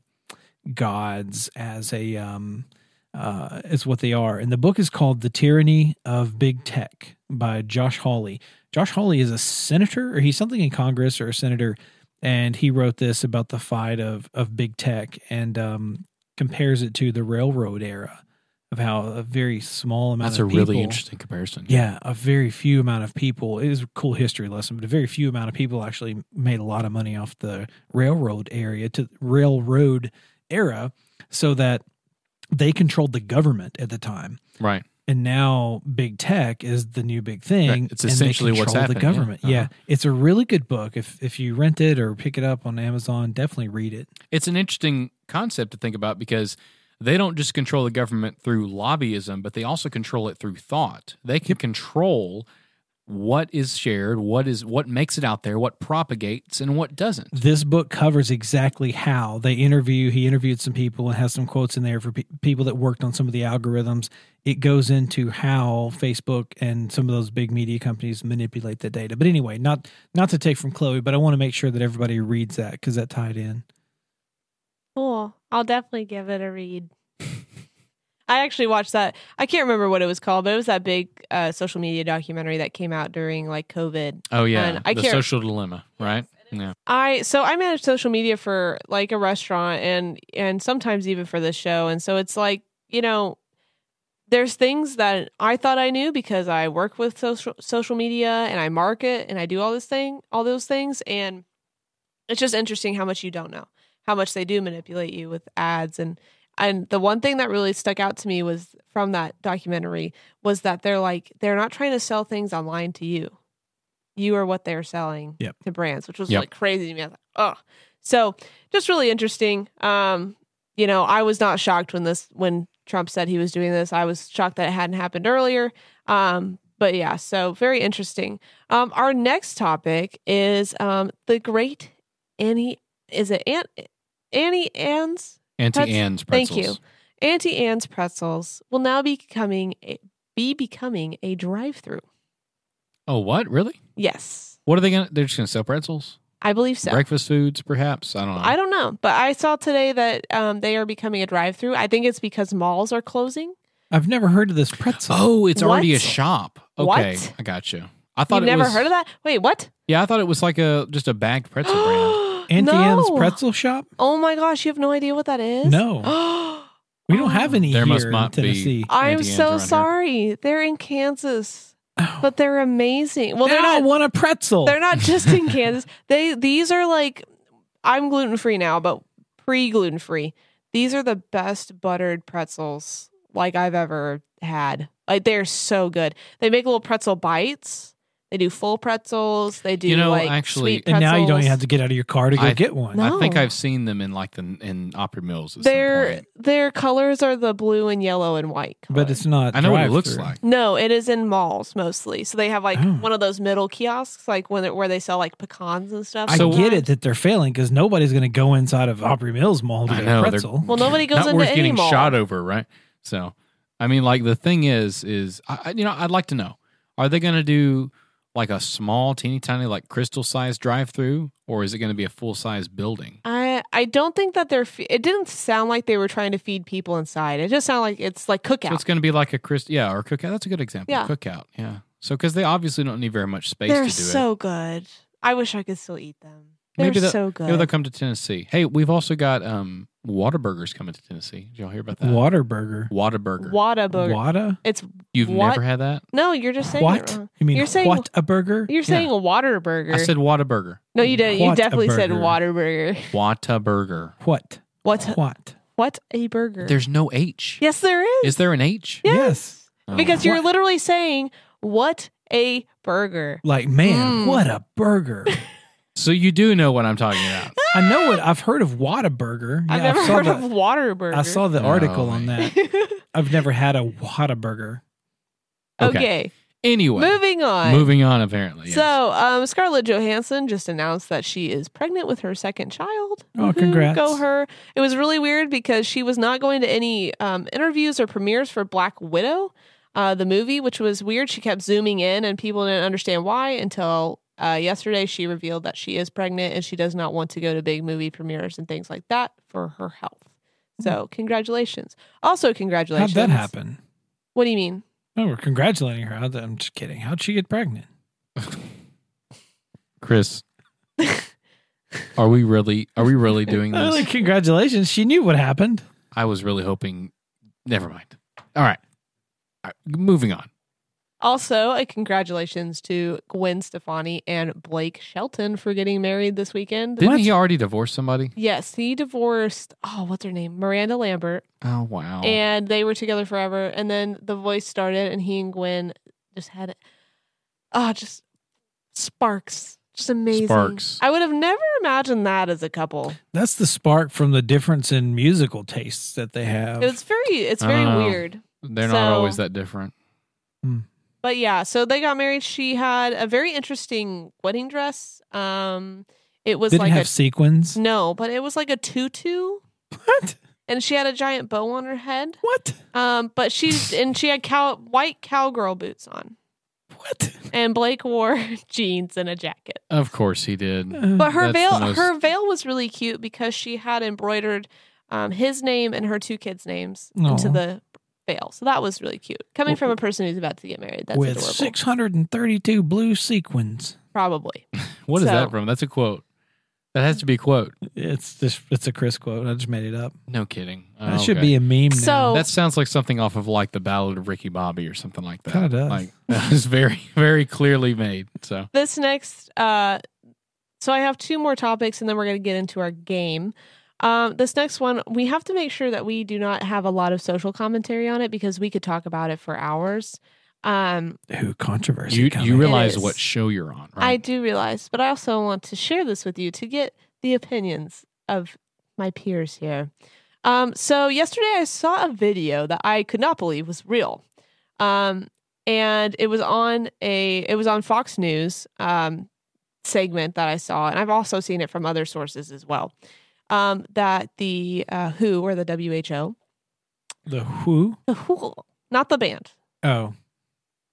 Speaker 2: gods as a um, uh, is what they are. And the book is called The Tyranny of Big Tech by Josh Hawley. Josh Hawley is a senator, or he's something in Congress or a senator, and he wrote this about the fight of of big tech and um, compares it to the railroad era of how a very small amount
Speaker 1: That's a
Speaker 2: of people,
Speaker 1: really interesting comparison.
Speaker 2: yeah, a very few amount of people. It is a cool history lesson, but a very few amount of people actually made a lot of money off the railroad area to railroad era, so that they controlled the government at the time
Speaker 1: Right.
Speaker 2: and now big tech is the new big thing.
Speaker 1: Right. It's
Speaker 2: and they
Speaker 1: essentially what's
Speaker 2: control
Speaker 1: happened,
Speaker 2: The
Speaker 1: yeah.
Speaker 2: government, yeah.
Speaker 1: Uh-huh.
Speaker 2: It's a really good book. If if you rent it or pick it up on Amazon, definitely read it.
Speaker 1: it's an interesting concept to think about because they don't just control the government through lobbyism, but they also control it through thought. They can control what is shared, what is what makes it out there, what propagates, and what doesn't.
Speaker 2: This book covers exactly how they interview. He interviewed some people and has some quotes in there for pe- people that worked on some of the algorithms. It goes into how Facebook and some of those big media companies manipulate the data. But anyway, not not to take from Chloe, but I want to make sure that everybody reads that because that tied in.
Speaker 3: Cool. I'll definitely give it a read. I actually watched that. I can't remember what it was called, but it was that big uh, social media documentary that came out during like COVID.
Speaker 1: Oh yeah,
Speaker 3: And I
Speaker 1: the
Speaker 3: care-
Speaker 1: social dilemma, right? Yeah,
Speaker 3: I so I manage social media for like a restaurant and and sometimes even for this show and so it's like you know there's things that I thought I knew because I work with social social media and I market and I do all this thing all those things and it's just interesting how much you don't know how much they do manipulate you with ads and And the one thing that really stuck out to me was from that documentary was that they're like they're not trying to sell things online to you. You are what they're selling
Speaker 2: Yep.
Speaker 3: to brands, which was
Speaker 1: Yep.
Speaker 3: like crazy to me. I was like, oh. So just really interesting. Um, you know, I was not shocked when this when Trump said he was doing this. I was shocked that it hadn't happened earlier. Um, but yeah, so very interesting. Um, our next topic is um the great Annie is it Aunt Annie Ann's
Speaker 1: Auntie
Speaker 3: Pretz-
Speaker 1: Anne's
Speaker 3: thank
Speaker 1: pretzels.
Speaker 3: you. Auntie Anne's pretzels will now be becoming a, be becoming a drive-through.
Speaker 1: Oh, what? Really?
Speaker 3: Yes,
Speaker 1: What are they gonna? They're just gonna sell pretzels,
Speaker 3: I believe so.
Speaker 1: breakfast foods, perhaps. I don't know.
Speaker 3: I don't know, but I saw today that um, they are becoming a drive-through. I think it's because malls are closing.
Speaker 2: I've never heard of this pretzel.
Speaker 1: oh, it's already a
Speaker 3: What?
Speaker 1: shop. Okay,
Speaker 3: What?
Speaker 1: I got you. I thought
Speaker 3: You've
Speaker 1: it
Speaker 3: never
Speaker 1: was,
Speaker 3: heard of that? Wait, what?
Speaker 1: Yeah, I thought it was like a just a bagged pretzel brand.
Speaker 2: Auntie Anne's
Speaker 3: No.
Speaker 2: pretzel shop?
Speaker 3: Oh my gosh, you have no idea what that is?
Speaker 2: No, we don't have any
Speaker 1: There
Speaker 2: here
Speaker 1: must
Speaker 2: in
Speaker 1: not be.
Speaker 2: Tennessee.
Speaker 3: I'm
Speaker 1: Auntie Anne's around
Speaker 3: so
Speaker 1: here.
Speaker 3: sorry. They're in Kansas,
Speaker 2: Oh.
Speaker 3: but they're amazing. Well,
Speaker 2: Well,
Speaker 3: they're not
Speaker 2: want a pretzel.
Speaker 3: They're not just in Kansas. They these are like I'm gluten free now, but pre gluten free. These are the best buttered pretzels like I've ever had. Like they're so good. They make little pretzel bites. They do full pretzels. They do
Speaker 1: You know,
Speaker 3: like
Speaker 1: actually-
Speaker 3: sweet
Speaker 2: and now you don't even have
Speaker 3: pretzels.
Speaker 2: to get out of your car to go
Speaker 1: I-
Speaker 2: get one.
Speaker 3: No.
Speaker 1: I think I've seen them in like the in Opry Mills. At some
Speaker 3: Their
Speaker 1: point.
Speaker 3: their colors are the blue and yellow and white.
Speaker 2: But
Speaker 3: color.
Speaker 2: it's not.
Speaker 1: I know what it looks
Speaker 2: drive-through.
Speaker 1: like.
Speaker 3: no, it is in malls mostly. So they have like
Speaker 2: Oh.
Speaker 3: one of those middle kiosks, like when they- where they sell like pecans and stuff.
Speaker 2: I
Speaker 1: So-
Speaker 2: get it that they're failing because nobody's going to go inside of Opry Mills Mall to
Speaker 1: I
Speaker 2: get
Speaker 1: know,
Speaker 2: a
Speaker 1: they're-
Speaker 2: pretzel.
Speaker 3: Well, nobody goes
Speaker 1: Not
Speaker 3: into
Speaker 1: worth
Speaker 3: any
Speaker 1: getting
Speaker 3: mall.
Speaker 1: shot over, right? So, I mean, like the thing is, is I, I- you know, I'd like to know: Are they going to do like a small, teeny tiny, like crystal sized drive through, or is it going to be a full size building?
Speaker 3: I I don't think that they're. Fe- it didn't sound like they were trying to feed people inside. It just sounded like it's like
Speaker 1: So
Speaker 3: cookout.
Speaker 1: it's going to be like a Christ, yeah, or a cookout. That's a good example.
Speaker 3: Yeah.
Speaker 1: Cookout, yeah. So because they obviously don't need very much space
Speaker 3: They're
Speaker 1: to do it.
Speaker 3: so good. I wish I could still eat them. They're
Speaker 1: Maybe the-
Speaker 3: so good.
Speaker 1: Maybe they'll come to Tennessee. Hey, we've also got um Whataburgers coming to Tennessee. Did y'all hear about that?
Speaker 2: Waterburger.
Speaker 1: Whataburger.
Speaker 3: Whataburger.
Speaker 2: Wada?
Speaker 3: It's
Speaker 1: You've
Speaker 3: What?
Speaker 1: never had that?
Speaker 3: no. You're just saying
Speaker 2: What?
Speaker 3: It wrong.
Speaker 2: You mean
Speaker 3: You're saying-
Speaker 2: what a burger?
Speaker 3: You're saying a water burger.
Speaker 1: I said Whataburger.
Speaker 3: no, you didn't. You
Speaker 2: What a
Speaker 3: definitely said
Speaker 2: burger.
Speaker 3: water burger.
Speaker 1: Whataburger.
Speaker 2: What?
Speaker 3: What's
Speaker 2: What?
Speaker 3: what a burger?
Speaker 1: There's no H.
Speaker 3: yes, there is.
Speaker 1: Is there an H?
Speaker 3: Yes.
Speaker 2: Yes.
Speaker 1: Oh.
Speaker 3: Because you're
Speaker 2: What?
Speaker 3: literally saying what a burger.
Speaker 2: Like, man,
Speaker 3: Mm.
Speaker 2: what a burger.
Speaker 1: so you do know what I'm talking about.
Speaker 2: I know it. I've heard of Whataburger. Yeah,
Speaker 3: I've never
Speaker 2: I saw
Speaker 3: heard
Speaker 2: the,
Speaker 3: of water burger.
Speaker 2: I saw the
Speaker 1: No
Speaker 2: article
Speaker 1: way.
Speaker 2: on that. I've never had a Whataburger.
Speaker 1: Okay.
Speaker 3: okay.
Speaker 1: Anyway,
Speaker 3: Moving on.
Speaker 1: moving on. Apparently, yes.
Speaker 3: So, um, Scarlett Johansson just announced that she is pregnant with her second child.
Speaker 2: Oh,
Speaker 3: Woohoo,
Speaker 2: congrats.
Speaker 3: Go her. It was really weird because she was not going to any um, interviews or premieres for Black Widow, uh, the movie, which was weird. She kept zooming in and people didn't understand why until uh, yesterday she revealed that she is pregnant and she does not want to go to big movie premieres and things like that for her health. So, congratulations.
Speaker 2: Mm-hmm.
Speaker 3: Also,
Speaker 2: How'd
Speaker 3: congratulations.
Speaker 2: that happen?
Speaker 3: What do you mean?
Speaker 2: No, we're congratulating her. How'd that- I'm just kidding. How'd she get pregnant?
Speaker 1: Chris, are we really are we really doing
Speaker 2: Oh,
Speaker 1: this?
Speaker 2: like, congratulations. She knew what happened.
Speaker 1: I was really hoping. Never mind. All right. All right, Moving on.
Speaker 3: Also, a congratulations to Gwen Stefani and Blake Shelton for getting married this weekend.
Speaker 1: Didn't
Speaker 2: What?
Speaker 1: he already divorce somebody?
Speaker 3: Yes, he divorced. Oh, what's her name? Miranda Lambert,
Speaker 1: Oh wow.
Speaker 3: and they were together forever. And then The Voice started, and he and Gwen just had it. Oh, just sparks, just amazing.
Speaker 1: Sparks.
Speaker 3: I would have never imagined that as a couple.
Speaker 2: That's the spark from the difference in musical tastes that they have.
Speaker 3: It's very, it's
Speaker 1: I
Speaker 3: very
Speaker 1: don't know.
Speaker 3: weird.
Speaker 1: They're not
Speaker 3: so-
Speaker 1: always that different.
Speaker 3: But yeah, so they got married. She had a very interesting wedding dress. Um, it was
Speaker 2: Did
Speaker 3: like
Speaker 2: it
Speaker 3: a Mm.
Speaker 2: have sequins?
Speaker 3: No, but it was like a tutu,
Speaker 2: What?
Speaker 3: and she had a giant bow on her head.
Speaker 2: What?
Speaker 3: Um, but she and she had cow white cowgirl boots on,
Speaker 2: What?
Speaker 3: and Blake wore jeans and a jacket.
Speaker 1: Of course he did.
Speaker 3: But her
Speaker 1: That's the
Speaker 3: veil,
Speaker 1: most-
Speaker 3: her veil was really cute because she had embroidered um, his name and her two kids' names into
Speaker 2: Aw.
Speaker 3: the veil. So that was really cute, coming from a person who's about to get married. That's
Speaker 2: with
Speaker 3: adorable,
Speaker 2: 632 blue sequins.
Speaker 3: probably.
Speaker 1: What is
Speaker 3: So-
Speaker 1: that from? That's a quote. That has to be a quote.
Speaker 2: It's just it's a Chris quote. I just made it up.
Speaker 1: No kidding. Oh,
Speaker 2: That should
Speaker 1: okay.
Speaker 2: be a meme. now.
Speaker 3: So-
Speaker 1: That sounds like something off of like the Ballad of Ricky Bobby or something like that.
Speaker 2: Kinda does.
Speaker 1: Like that was very, very clearly made. So
Speaker 3: This next, uh, so I have two more topics, and then we're going to get into our game. Um, this next one, we have to make sure that we do not have a lot of social commentary on it because we could talk about it for hours. Um,
Speaker 2: Ooh, controversy.
Speaker 1: You
Speaker 2: coming.
Speaker 1: you realize
Speaker 3: It is.
Speaker 1: what show you're on,
Speaker 3: I
Speaker 1: right?
Speaker 3: do realize, but I also want to share this with you to get the opinions of my peers here. Um, so yesterday I saw a video that I could not believe was real. Um, and it was on a it was on Fox News um, segment that I saw, and I've also seen it from other sources as well. Um, that the uh, WHO or the WHO,
Speaker 2: the who?
Speaker 3: the WHO, not the band,
Speaker 2: Oh.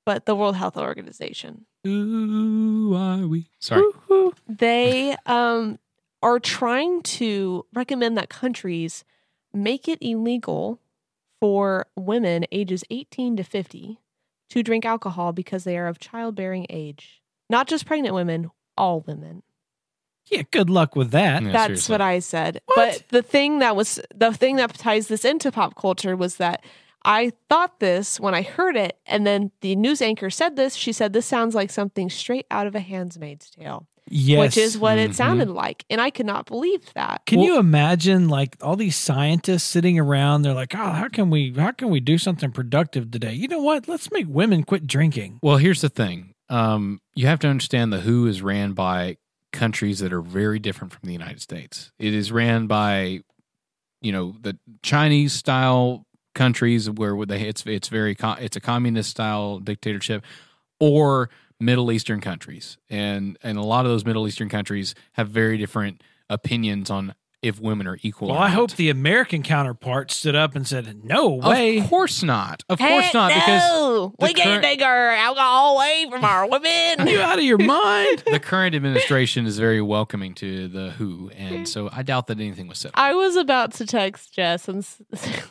Speaker 3: but the World Health Organization,
Speaker 1: Who are we? Sorry.
Speaker 2: Woo-hoo.
Speaker 3: they um, are trying to recommend that countries make it illegal for women ages 18 to 50 to drink alcohol because they are of childbearing age. Not just pregnant women, all women.
Speaker 2: Yeah, good luck with that.
Speaker 1: Yeah,
Speaker 3: That's
Speaker 1: seriously.
Speaker 3: what I said.
Speaker 2: What?
Speaker 3: But the thing that was the thing that ties this into pop culture was that I thought this when I heard it, and then the news anchor said this. She said, This sounds like something straight out of a handmaid's tale
Speaker 2: Yes.
Speaker 3: which is what it
Speaker 1: Mhm.
Speaker 3: sounded like. And I could not believe that.
Speaker 2: Can
Speaker 1: Well-
Speaker 2: you imagine like all these scientists sitting around? They're like, "Oh, how can we? How can we do something productive today? You know what? Let's make women quit drinking."
Speaker 1: Well, here's the thing. Um, you have to understand the WHO is ran by countries that are very different from the United States. It is ran by, you know, the Chinese style countries where they it's it's very co- it's a communist style dictatorship, or Middle Eastern countries, and and a lot of those Middle Eastern countries have very different opinions on if women are equal.
Speaker 2: Well,
Speaker 1: or
Speaker 2: I
Speaker 1: not.
Speaker 2: hope the American counterpart stood up and said, "No way."
Speaker 1: Of course not. Of course not. Because the
Speaker 3: we can't
Speaker 1: current-
Speaker 3: take our alcohol away from our
Speaker 2: Are
Speaker 3: women.
Speaker 2: you out of your mind?
Speaker 1: the current administration is very welcoming to the WHO, and so I doubt that anything was said.
Speaker 3: I was about to text Jess and s-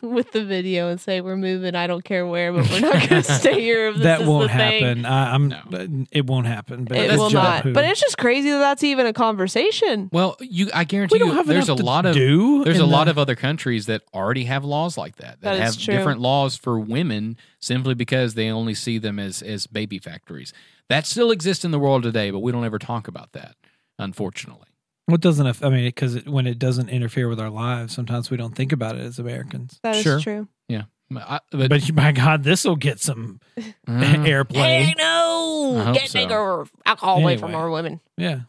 Speaker 3: with the video and say we're moving. I don't care where, but we're not going to stay here. If this
Speaker 2: that
Speaker 3: is
Speaker 2: won't
Speaker 3: the thing.
Speaker 2: happen. I, I'm.
Speaker 1: No.
Speaker 2: It won't happen. But that's
Speaker 3: It
Speaker 1: That's
Speaker 3: will
Speaker 2: John
Speaker 3: not.
Speaker 2: Who.
Speaker 3: But it's just crazy that that's even a conversation.
Speaker 1: Well, you, I guarantee
Speaker 2: we don't
Speaker 1: you,
Speaker 2: have
Speaker 1: there's a
Speaker 2: enough to
Speaker 1: lot of
Speaker 2: do.
Speaker 1: there's
Speaker 2: in
Speaker 1: a lot
Speaker 2: the-
Speaker 1: of other countries that already have laws like that that,
Speaker 3: That is
Speaker 1: have
Speaker 3: true.
Speaker 1: different laws for women simply because they only see them as as baby factories. That still exists in the world today, but we don't ever talk about that, unfortunately.
Speaker 2: What doesn't? aff- I mean, because it, when it doesn't interfere with our lives, sometimes we don't think about it as Americans.
Speaker 3: That is
Speaker 1: Sure.
Speaker 3: true.
Speaker 1: I-
Speaker 2: But, my God, this will get some
Speaker 1: Mm.
Speaker 2: airplay.
Speaker 1: I
Speaker 3: no,
Speaker 1: hope
Speaker 3: can't take
Speaker 1: so.
Speaker 3: our alcohol away from
Speaker 2: Anyway.
Speaker 3: our women.
Speaker 2: Yeah.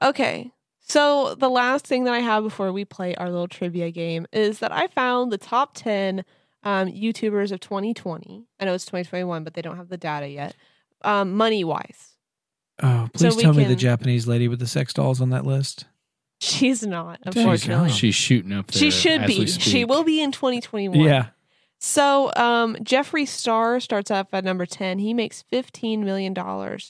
Speaker 3: Okay. So the last thing that I have before we play our little trivia game is that I found the top 10 um, YouTubers of 2020. I know it's 2021, but they don't have the data yet. Um, money wise,
Speaker 2: Oh,
Speaker 3: So
Speaker 2: please
Speaker 3: we
Speaker 2: tell me the
Speaker 3: can-
Speaker 2: Japanese lady with the sex dolls on that list.
Speaker 3: she's not,
Speaker 2: Dang.
Speaker 3: unfortunately.
Speaker 1: she's shooting up. There
Speaker 3: She should
Speaker 1: as we
Speaker 3: be. She
Speaker 1: speak.
Speaker 3: will be in 2021. So um, Jeffree Star starts off at number 10. He makes $15 million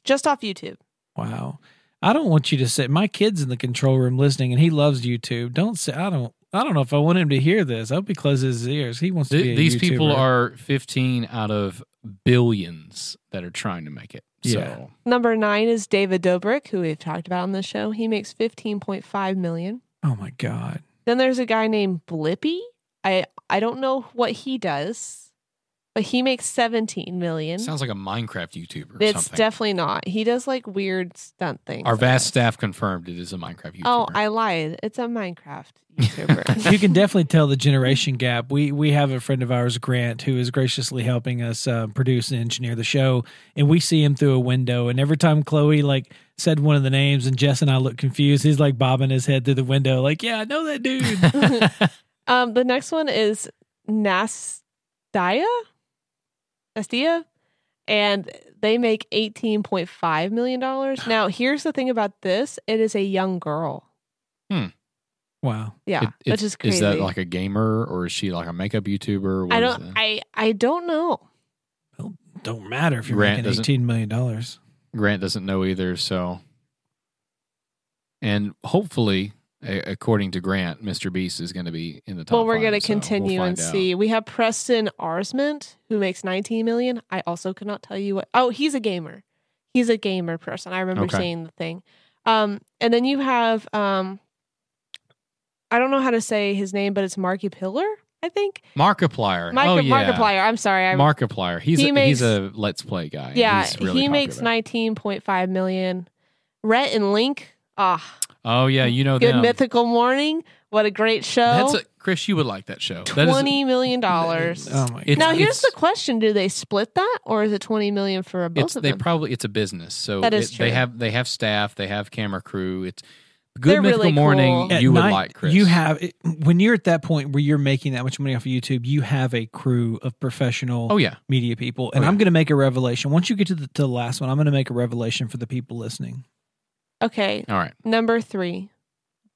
Speaker 3: just off YouTube.
Speaker 2: Wow. I don't want you to say my kid's in the control room listening and he loves YouTube. Don't say I don't I don't know if I want him to hear this. I hope he closes his ears. He wants to be
Speaker 1: Th-
Speaker 2: a
Speaker 1: these people
Speaker 2: YouTuber.
Speaker 1: are 15 out of billions that are trying to make it.
Speaker 2: Yeah.
Speaker 1: So
Speaker 3: Number nine is David Dobrik, who we've talked about on this show. He makes 15.5 million.
Speaker 2: Oh my god.
Speaker 3: Then there's a guy named Blippy. I I don't know what he does, but he makes 17 million.
Speaker 1: sounds like a Minecraft YouTuber. Or
Speaker 3: it's
Speaker 1: something.
Speaker 3: definitely not. He does like weird stunt things.
Speaker 1: Our vast staff confirmed it is a Minecraft YouTuber.
Speaker 3: Oh, I lied. It's a Minecraft YouTuber.
Speaker 2: You can definitely tell the generation gap. We we have a friend of ours, Grant, who is graciously helping us uh, produce and engineer the show, and we see him through a window. And every time Chloe like said one of the names, and Jess and I look confused, he's like bobbing his head through the window, like, "Yeah, I know that dude."
Speaker 3: um, the next one is Nastia, Nastia, and they make 18.5 million dollars. Now, here's the thing about this: it is a young girl.
Speaker 2: wow.
Speaker 3: Yeah,
Speaker 1: It- it-
Speaker 3: which is crazy.
Speaker 1: Is that like a gamer or is she like a makeup YouTuber? What
Speaker 3: I
Speaker 1: is
Speaker 3: don't.
Speaker 1: that?
Speaker 3: I I don't know.
Speaker 2: Don't matter if you're
Speaker 1: Grant
Speaker 2: making
Speaker 1: doesn't-
Speaker 2: eighteen million dollars.
Speaker 1: Grant doesn't know either. So, and hopefully, a- according to Grant, Mr. Beast is going to be in the top.
Speaker 3: well, we're
Speaker 1: going to
Speaker 3: continue and see. We have Preston Arsment, who makes 19 million. I also could not tell you what. Oh, he's a gamer. He's a gamer person. I remember
Speaker 1: Okay.
Speaker 3: seeing the thing. Um, and then you have, um, I don't know how to say his name, but it's Marky Pillar, I think.
Speaker 1: Markiplier.
Speaker 3: Mark-
Speaker 1: oh yeah,
Speaker 3: Markiplier. I'm sorry. I,
Speaker 1: Markiplier. He's
Speaker 3: He
Speaker 1: a,
Speaker 3: makes-
Speaker 1: he's a Let's Play guy.
Speaker 3: yeah,
Speaker 1: He's really
Speaker 3: he makes
Speaker 1: popular.
Speaker 3: 19.5 million. Rhett and Link. Ah,
Speaker 1: Oh yeah, you know
Speaker 3: good
Speaker 1: them.
Speaker 3: mythical morning. What a great show.
Speaker 1: That's a, Chris. You would like that show. That is-
Speaker 3: Twenty million dollars.
Speaker 2: Oh my
Speaker 1: It's-
Speaker 3: now
Speaker 2: god!
Speaker 3: here's the question: Do they split that, or is it twenty million for both
Speaker 1: it's
Speaker 3: of
Speaker 1: they
Speaker 3: them?
Speaker 1: probably it's a business. So
Speaker 3: That is
Speaker 1: it-
Speaker 3: true.
Speaker 1: they have they have staff, they have camera crew. It's Good
Speaker 3: They're
Speaker 1: Mythical
Speaker 3: really
Speaker 1: Morning.
Speaker 3: cool.
Speaker 2: At
Speaker 1: You would
Speaker 2: night,
Speaker 1: like Chris.
Speaker 2: You have it, when you're at that point where you're making that much money off of YouTube, you have a crew of professional
Speaker 1: Oh yeah.
Speaker 2: media people, and
Speaker 1: Oh, yeah.
Speaker 2: I'm going to make a revelation. Once you get to the, to the last one, I'm going to make a revelation for the people listening.
Speaker 3: okay,
Speaker 1: All right.
Speaker 3: number three,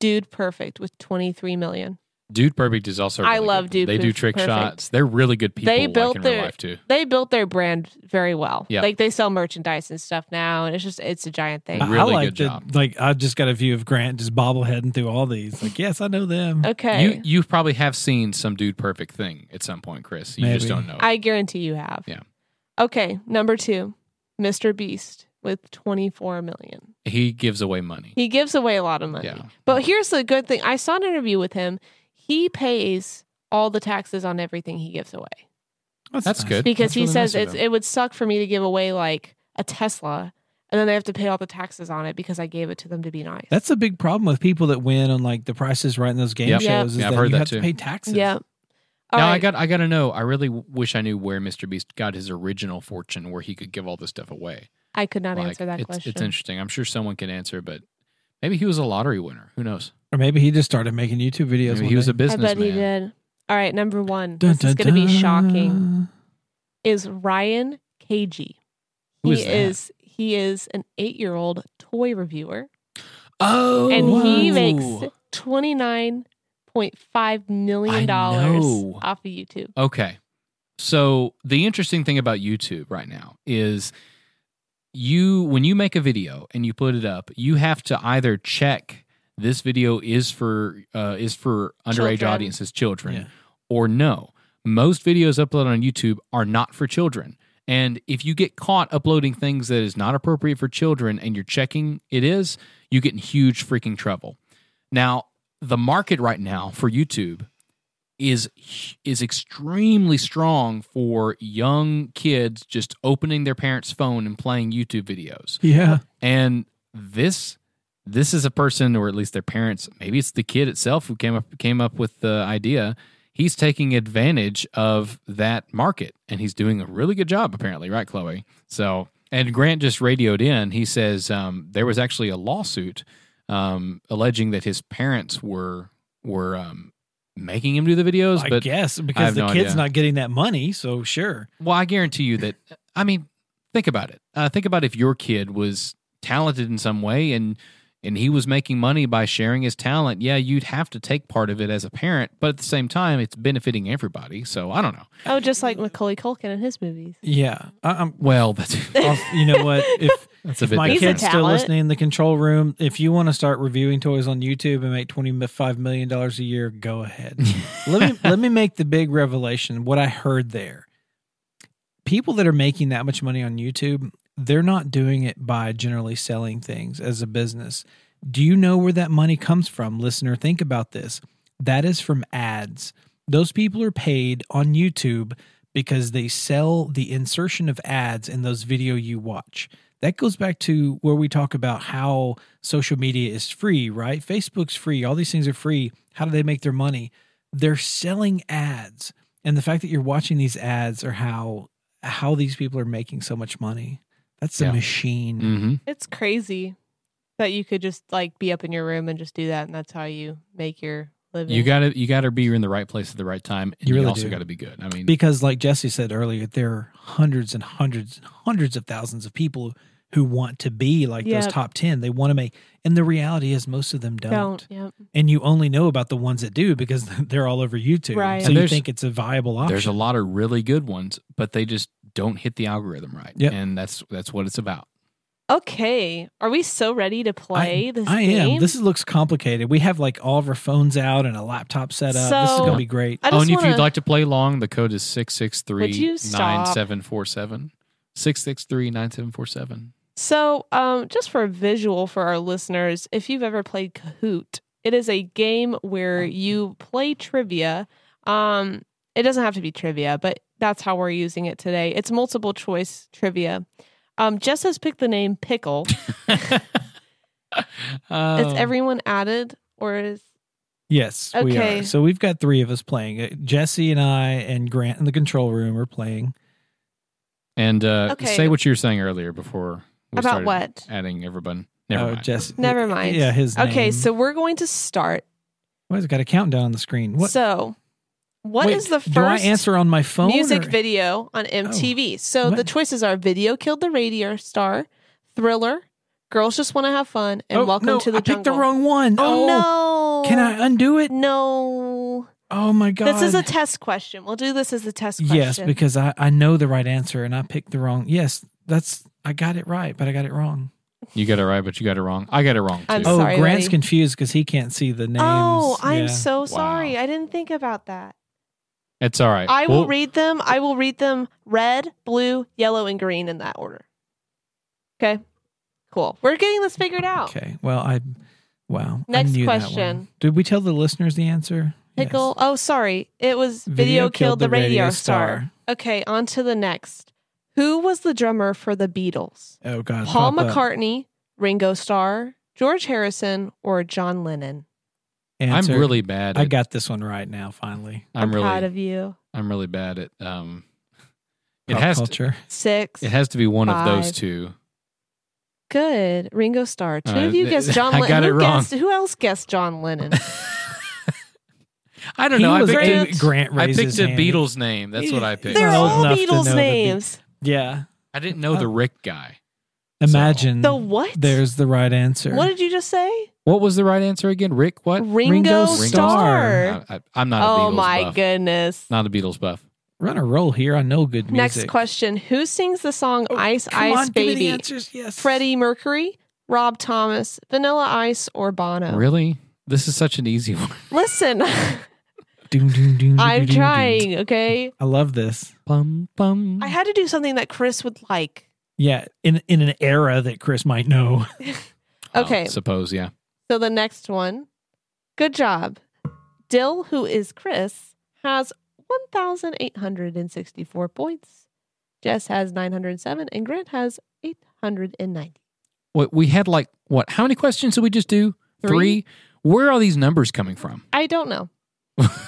Speaker 3: Dude Perfect with twenty three million.
Speaker 1: Dude Perfect is also.
Speaker 3: I
Speaker 1: really
Speaker 3: love
Speaker 1: good.
Speaker 3: Dude
Speaker 1: They do
Speaker 3: Perf-
Speaker 1: trick
Speaker 3: Perfect.
Speaker 1: shots. They're really good people.
Speaker 3: They built
Speaker 1: like in
Speaker 3: their-
Speaker 1: real life too.
Speaker 3: They built their brand very well.
Speaker 1: Yeah.
Speaker 3: like they sell merchandise and stuff now, and it's just it's a giant thing.
Speaker 1: Uh,
Speaker 2: I
Speaker 1: Really
Speaker 2: like
Speaker 1: good
Speaker 2: the-
Speaker 1: job.
Speaker 2: Like I just got a view of Grant just bobbleheading through all these. Like yes, I know them.
Speaker 3: okay,
Speaker 1: You you probably have seen some Dude Perfect thing at some point, Chris. You
Speaker 2: Maybe.
Speaker 1: just don't know. it.
Speaker 3: I guarantee you have.
Speaker 1: Yeah.
Speaker 3: Okay, number two, Mr. Beast with twenty four million.
Speaker 1: he gives away money.
Speaker 3: He gives away a lot of money.
Speaker 1: Yeah.
Speaker 3: But here's the good thing. I saw an interview with him. He pays all the taxes on everything he gives away
Speaker 1: That's good.
Speaker 3: because
Speaker 1: That's
Speaker 3: he
Speaker 1: really
Speaker 3: says
Speaker 1: nice of
Speaker 3: it's,
Speaker 1: him.
Speaker 3: it would suck for me to give away like a Tesla and then I have to pay all the taxes on it because I gave it to them to be nice.
Speaker 2: That's a big problem with people that win on like the prices right in those game
Speaker 1: Yep.
Speaker 2: shows.
Speaker 3: Yeah.
Speaker 2: Is
Speaker 1: Yeah, I've
Speaker 2: that
Speaker 1: heard
Speaker 2: you
Speaker 1: that
Speaker 2: have to
Speaker 1: too.
Speaker 2: pay taxes.
Speaker 3: yeah. All
Speaker 1: now I
Speaker 3: right.
Speaker 1: got I got to know. I really w- wish I knew where Mr. Beast got his original fortune, where he could give all this stuff away.
Speaker 3: I could not
Speaker 1: Like,
Speaker 3: answer that
Speaker 1: it's,
Speaker 3: question.
Speaker 1: It's interesting. I'm sure someone can answer, but maybe he was a lottery winner. Who knows?
Speaker 2: Or maybe he just started making YouTube videos.
Speaker 1: Maybe
Speaker 2: one
Speaker 1: he was
Speaker 2: day.
Speaker 1: a
Speaker 3: I
Speaker 1: businessman.
Speaker 3: bet he did. All right, number one.
Speaker 2: Dun,
Speaker 3: this is
Speaker 2: dun,
Speaker 3: going to
Speaker 2: dun.
Speaker 3: be shocking. Is Ryan Cagey.
Speaker 1: Who is
Speaker 3: he
Speaker 1: that?
Speaker 3: is he is an eight year old toy reviewer.
Speaker 1: Oh,
Speaker 3: and he makes
Speaker 1: whoa.
Speaker 3: twenty nine point five
Speaker 1: I
Speaker 3: million dollars
Speaker 1: know.
Speaker 3: off of YouTube.
Speaker 1: Okay. So the interesting thing about YouTube right now is you when you make a video and you put it up, you have to either check this video is for uh, is for underage
Speaker 3: Children.
Speaker 1: audiences, children,
Speaker 2: Yeah.
Speaker 1: or no. Most videos uploaded on YouTube are not for children. And if you get caught uploading things that is not appropriate for children and you're checking it is, you get in huge freaking trouble. Now, the market right now for YouTube is is extremely strong for young kids just opening their parents' phone and playing YouTube videos.
Speaker 2: Yeah.
Speaker 1: And this this is a person, or at least their parents, maybe it's the kid itself who came up came up with the idea. He's taking advantage of that market, and he's doing a really good job, apparently, right, Chloe? So, and Grant just radioed in. He says um, there was actually a lawsuit um, alleging that his parents were were um, making him do the videos,
Speaker 2: I
Speaker 1: but
Speaker 2: guess
Speaker 1: I
Speaker 2: because
Speaker 1: have
Speaker 2: the
Speaker 1: no
Speaker 2: kid's
Speaker 1: idea.
Speaker 2: not getting that money, so sure.
Speaker 1: Well, I guarantee you that. I mean, think about it. Uh, think about if your kid was talented in some way and and he was making money by sharing his talent. Yeah, you'd have to take part of it as a parent, but at the same time, it's benefiting everybody. So I don't know.
Speaker 3: Oh, just like Macaulay Culkin in his movies.
Speaker 2: Yeah. I, I'm.
Speaker 1: Well, that's
Speaker 2: I'll, you know what? If
Speaker 1: that's a
Speaker 2: if
Speaker 1: bit.
Speaker 2: my
Speaker 3: He's a
Speaker 1: different.
Speaker 2: kid's still
Speaker 3: talent.
Speaker 2: listening in the control room, if you want to start reviewing toys on YouTube and make twenty five million dollars a year, go ahead. let me let me make the big revelation. What I heard there, people that are making that much money on YouTube, they're not doing it by generally selling things as a business. Do you know where that money comes from, listener? Think about this. That is from ads. Those people are paid on YouTube because they sell the insertion of ads in those video you watch. That goes back to where we talk about how social media is free, right? Facebook's free, all these things are free. How do they make their money? They're selling ads. And the fact that you're watching these ads are how how these people are making so much money. That's a
Speaker 1: Yeah.
Speaker 2: machine.
Speaker 1: Mhm.
Speaker 3: It's crazy that you could just like be up in your room and just do that, and that's how you make your living.
Speaker 1: You gotta you gotta be in the right place at the right time, and
Speaker 2: You
Speaker 1: you,
Speaker 2: really
Speaker 1: also
Speaker 2: do.
Speaker 1: gotta be good. I mean,
Speaker 2: Because, like Jesse said earlier, there are hundreds and hundreds and hundreds of thousands of people who want to be like
Speaker 3: Yep.
Speaker 2: those top 10. They want to make, and the reality is most of them don't.
Speaker 3: don't. Yep.
Speaker 2: And you only know about the ones that do because they're all over YouTube.
Speaker 3: Right.
Speaker 2: So
Speaker 1: And
Speaker 2: you
Speaker 1: there's-
Speaker 2: think it's a viable option.
Speaker 1: there's a lot of really good ones, but they just don't hit the algorithm right.
Speaker 2: Yep.
Speaker 1: and that's that's what it's about.
Speaker 3: Okay, are we so ready to play this
Speaker 2: I
Speaker 3: game?
Speaker 2: am. This is- looks complicated. We have like all of our phones out and a laptop set up. this is
Speaker 3: So-
Speaker 2: going to be great.
Speaker 3: I
Speaker 1: oh,
Speaker 3: just
Speaker 1: and if
Speaker 3: wanna-
Speaker 1: you'd like to play along, the code is
Speaker 3: Would you stop?
Speaker 1: 663-9747. 663-9747.
Speaker 3: So, um, just for a visual for our listeners, if you've ever played Kahoot, it is a game
Speaker 2: Oh.
Speaker 3: where you play trivia. Um, it doesn't have to be trivia, but that's how we're using it today. It's multiple choice trivia. Um, Jess has picked the name Pickle.
Speaker 1: Oh.
Speaker 2: Oh.
Speaker 3: Is everyone added, or is
Speaker 2: Yes, we
Speaker 3: Okay.
Speaker 2: are. So we've got three of us playing. Uh, Jesse and I and Grant in the control room are playing.
Speaker 1: And uh,
Speaker 3: Okay.
Speaker 1: say what you were saying earlier before we
Speaker 3: About
Speaker 1: started
Speaker 3: what?
Speaker 1: adding everyone. Never
Speaker 2: Oh,
Speaker 1: mind.
Speaker 2: Jesse.
Speaker 3: Never mind.
Speaker 2: Yeah, his name.
Speaker 3: Okay, so we're going to start.
Speaker 2: Why has it got a countdown on the screen? What?
Speaker 3: So, what
Speaker 2: Wait,
Speaker 3: is the first
Speaker 2: Do I answer on my phone?
Speaker 3: music
Speaker 2: or- Oh,
Speaker 3: video on MTV? so
Speaker 2: What?
Speaker 3: the choices are "Video Killed the Radio Star," "Thriller," "Girls Just Want to Have Fun," and
Speaker 2: Oh,
Speaker 3: "Welcome
Speaker 2: no,
Speaker 3: to the
Speaker 2: I
Speaker 3: Jungle."
Speaker 2: picked the wrong one.
Speaker 3: Oh, no!
Speaker 2: Can I undo it?
Speaker 3: No.
Speaker 2: Oh my god.
Speaker 3: This is a test question. We'll do this as a test question.
Speaker 2: Yes, because I, I know the right answer and I picked the wrong. Yes, that's I got it right, but I got it wrong.
Speaker 1: You got it right, but you got it wrong. I got it wrong too.
Speaker 3: I'm
Speaker 2: oh,
Speaker 3: sorry,
Speaker 2: Grant's
Speaker 3: lady.
Speaker 2: confused because he can't see the names.
Speaker 3: oh, I'm
Speaker 2: Yeah.
Speaker 3: so sorry.
Speaker 1: Wow.
Speaker 3: I didn't think about that.
Speaker 1: It's all right.
Speaker 3: I will
Speaker 1: We'll-
Speaker 3: read them. I will read them red, blue, yellow, and green in that order. Okay. Cool. We're getting this figured out.
Speaker 2: Okay. Well, I. Wow. I
Speaker 3: Next
Speaker 2: knew that
Speaker 3: question.
Speaker 2: one. Did we tell the listeners the answer? Yes.
Speaker 3: Pickle. Oh, sorry. It was video, killed, the radio, star. Okay, on to the next. Who was the drummer for the Beatles?
Speaker 2: Oh God.
Speaker 3: Paul
Speaker 2: pop up.
Speaker 3: McCartney, Ringo Starr, George Harrison, or John Lennon?
Speaker 1: I'm
Speaker 2: Answer.
Speaker 1: really bad. At,
Speaker 2: I got this one right now. Finally.
Speaker 1: I'm, really.
Speaker 3: proud of you.
Speaker 1: I'm really bad at. Um, it
Speaker 2: Pop
Speaker 1: has. To,
Speaker 2: culture.
Speaker 3: Six.
Speaker 1: it has to be one of those
Speaker 3: Five.
Speaker 1: two.
Speaker 3: Good. Ringo Starr. Two
Speaker 1: Uh,
Speaker 3: of you
Speaker 1: th-
Speaker 3: guessed John
Speaker 1: I
Speaker 3: Lennon.
Speaker 1: got
Speaker 3: who,
Speaker 1: it wrong.
Speaker 3: Guessed, who else guessed John Lennon?
Speaker 1: I don't
Speaker 2: He
Speaker 1: know. I
Speaker 2: was
Speaker 1: picked,
Speaker 3: Grant.
Speaker 2: Grant.
Speaker 1: a,
Speaker 2: Grant
Speaker 1: I
Speaker 2: raised
Speaker 1: picked
Speaker 2: his
Speaker 1: a
Speaker 2: hand.
Speaker 1: Beatles name. That's what I picked.
Speaker 3: They're
Speaker 2: Well,
Speaker 3: all
Speaker 2: enough to know the
Speaker 3: Beatles
Speaker 2: Be-
Speaker 3: names.
Speaker 2: Yeah.
Speaker 1: I didn't know the Rick guy.
Speaker 2: Imagine.
Speaker 1: Mm-hmm.
Speaker 3: The what?
Speaker 2: There's the right answer.
Speaker 3: What did you just say?
Speaker 1: What was the right answer again? Rick what?
Speaker 3: Ringo,
Speaker 2: Ringo
Speaker 3: Starr.
Speaker 1: Starr. I, I, am not. a
Speaker 3: Oh
Speaker 1: Beatles
Speaker 3: my
Speaker 1: buff.
Speaker 3: goodness.
Speaker 1: Not a Beatles buff.
Speaker 2: Run a roll here. I know good music.
Speaker 3: Next question. Who sings the song
Speaker 2: Oh,
Speaker 3: Ice
Speaker 2: Come
Speaker 3: Ice
Speaker 2: on, give me the
Speaker 3: Baby?
Speaker 2: answers, yes.
Speaker 3: Freddie Mercury, Rob Thomas, Vanilla Ice, or Bono?
Speaker 1: Really? This is such an easy one.
Speaker 3: Listen,
Speaker 2: Doom, doom, doom, doom,
Speaker 3: I'm
Speaker 2: doom, doom.
Speaker 3: trying, okay?
Speaker 2: I love this.
Speaker 1: Bum bum.
Speaker 3: I had to do something that Chris would like.
Speaker 2: Yeah, in in an era that Chris might know.
Speaker 1: Well,
Speaker 3: Okay.
Speaker 1: suppose yeah.
Speaker 3: So the next one. Good job. Dill, who is Chris, has 1,864 points. Jess has 907, and Grant has 890.
Speaker 1: What we had like what? How many questions did we just do?
Speaker 3: Three.
Speaker 1: Where are these numbers coming from?
Speaker 3: I don't know.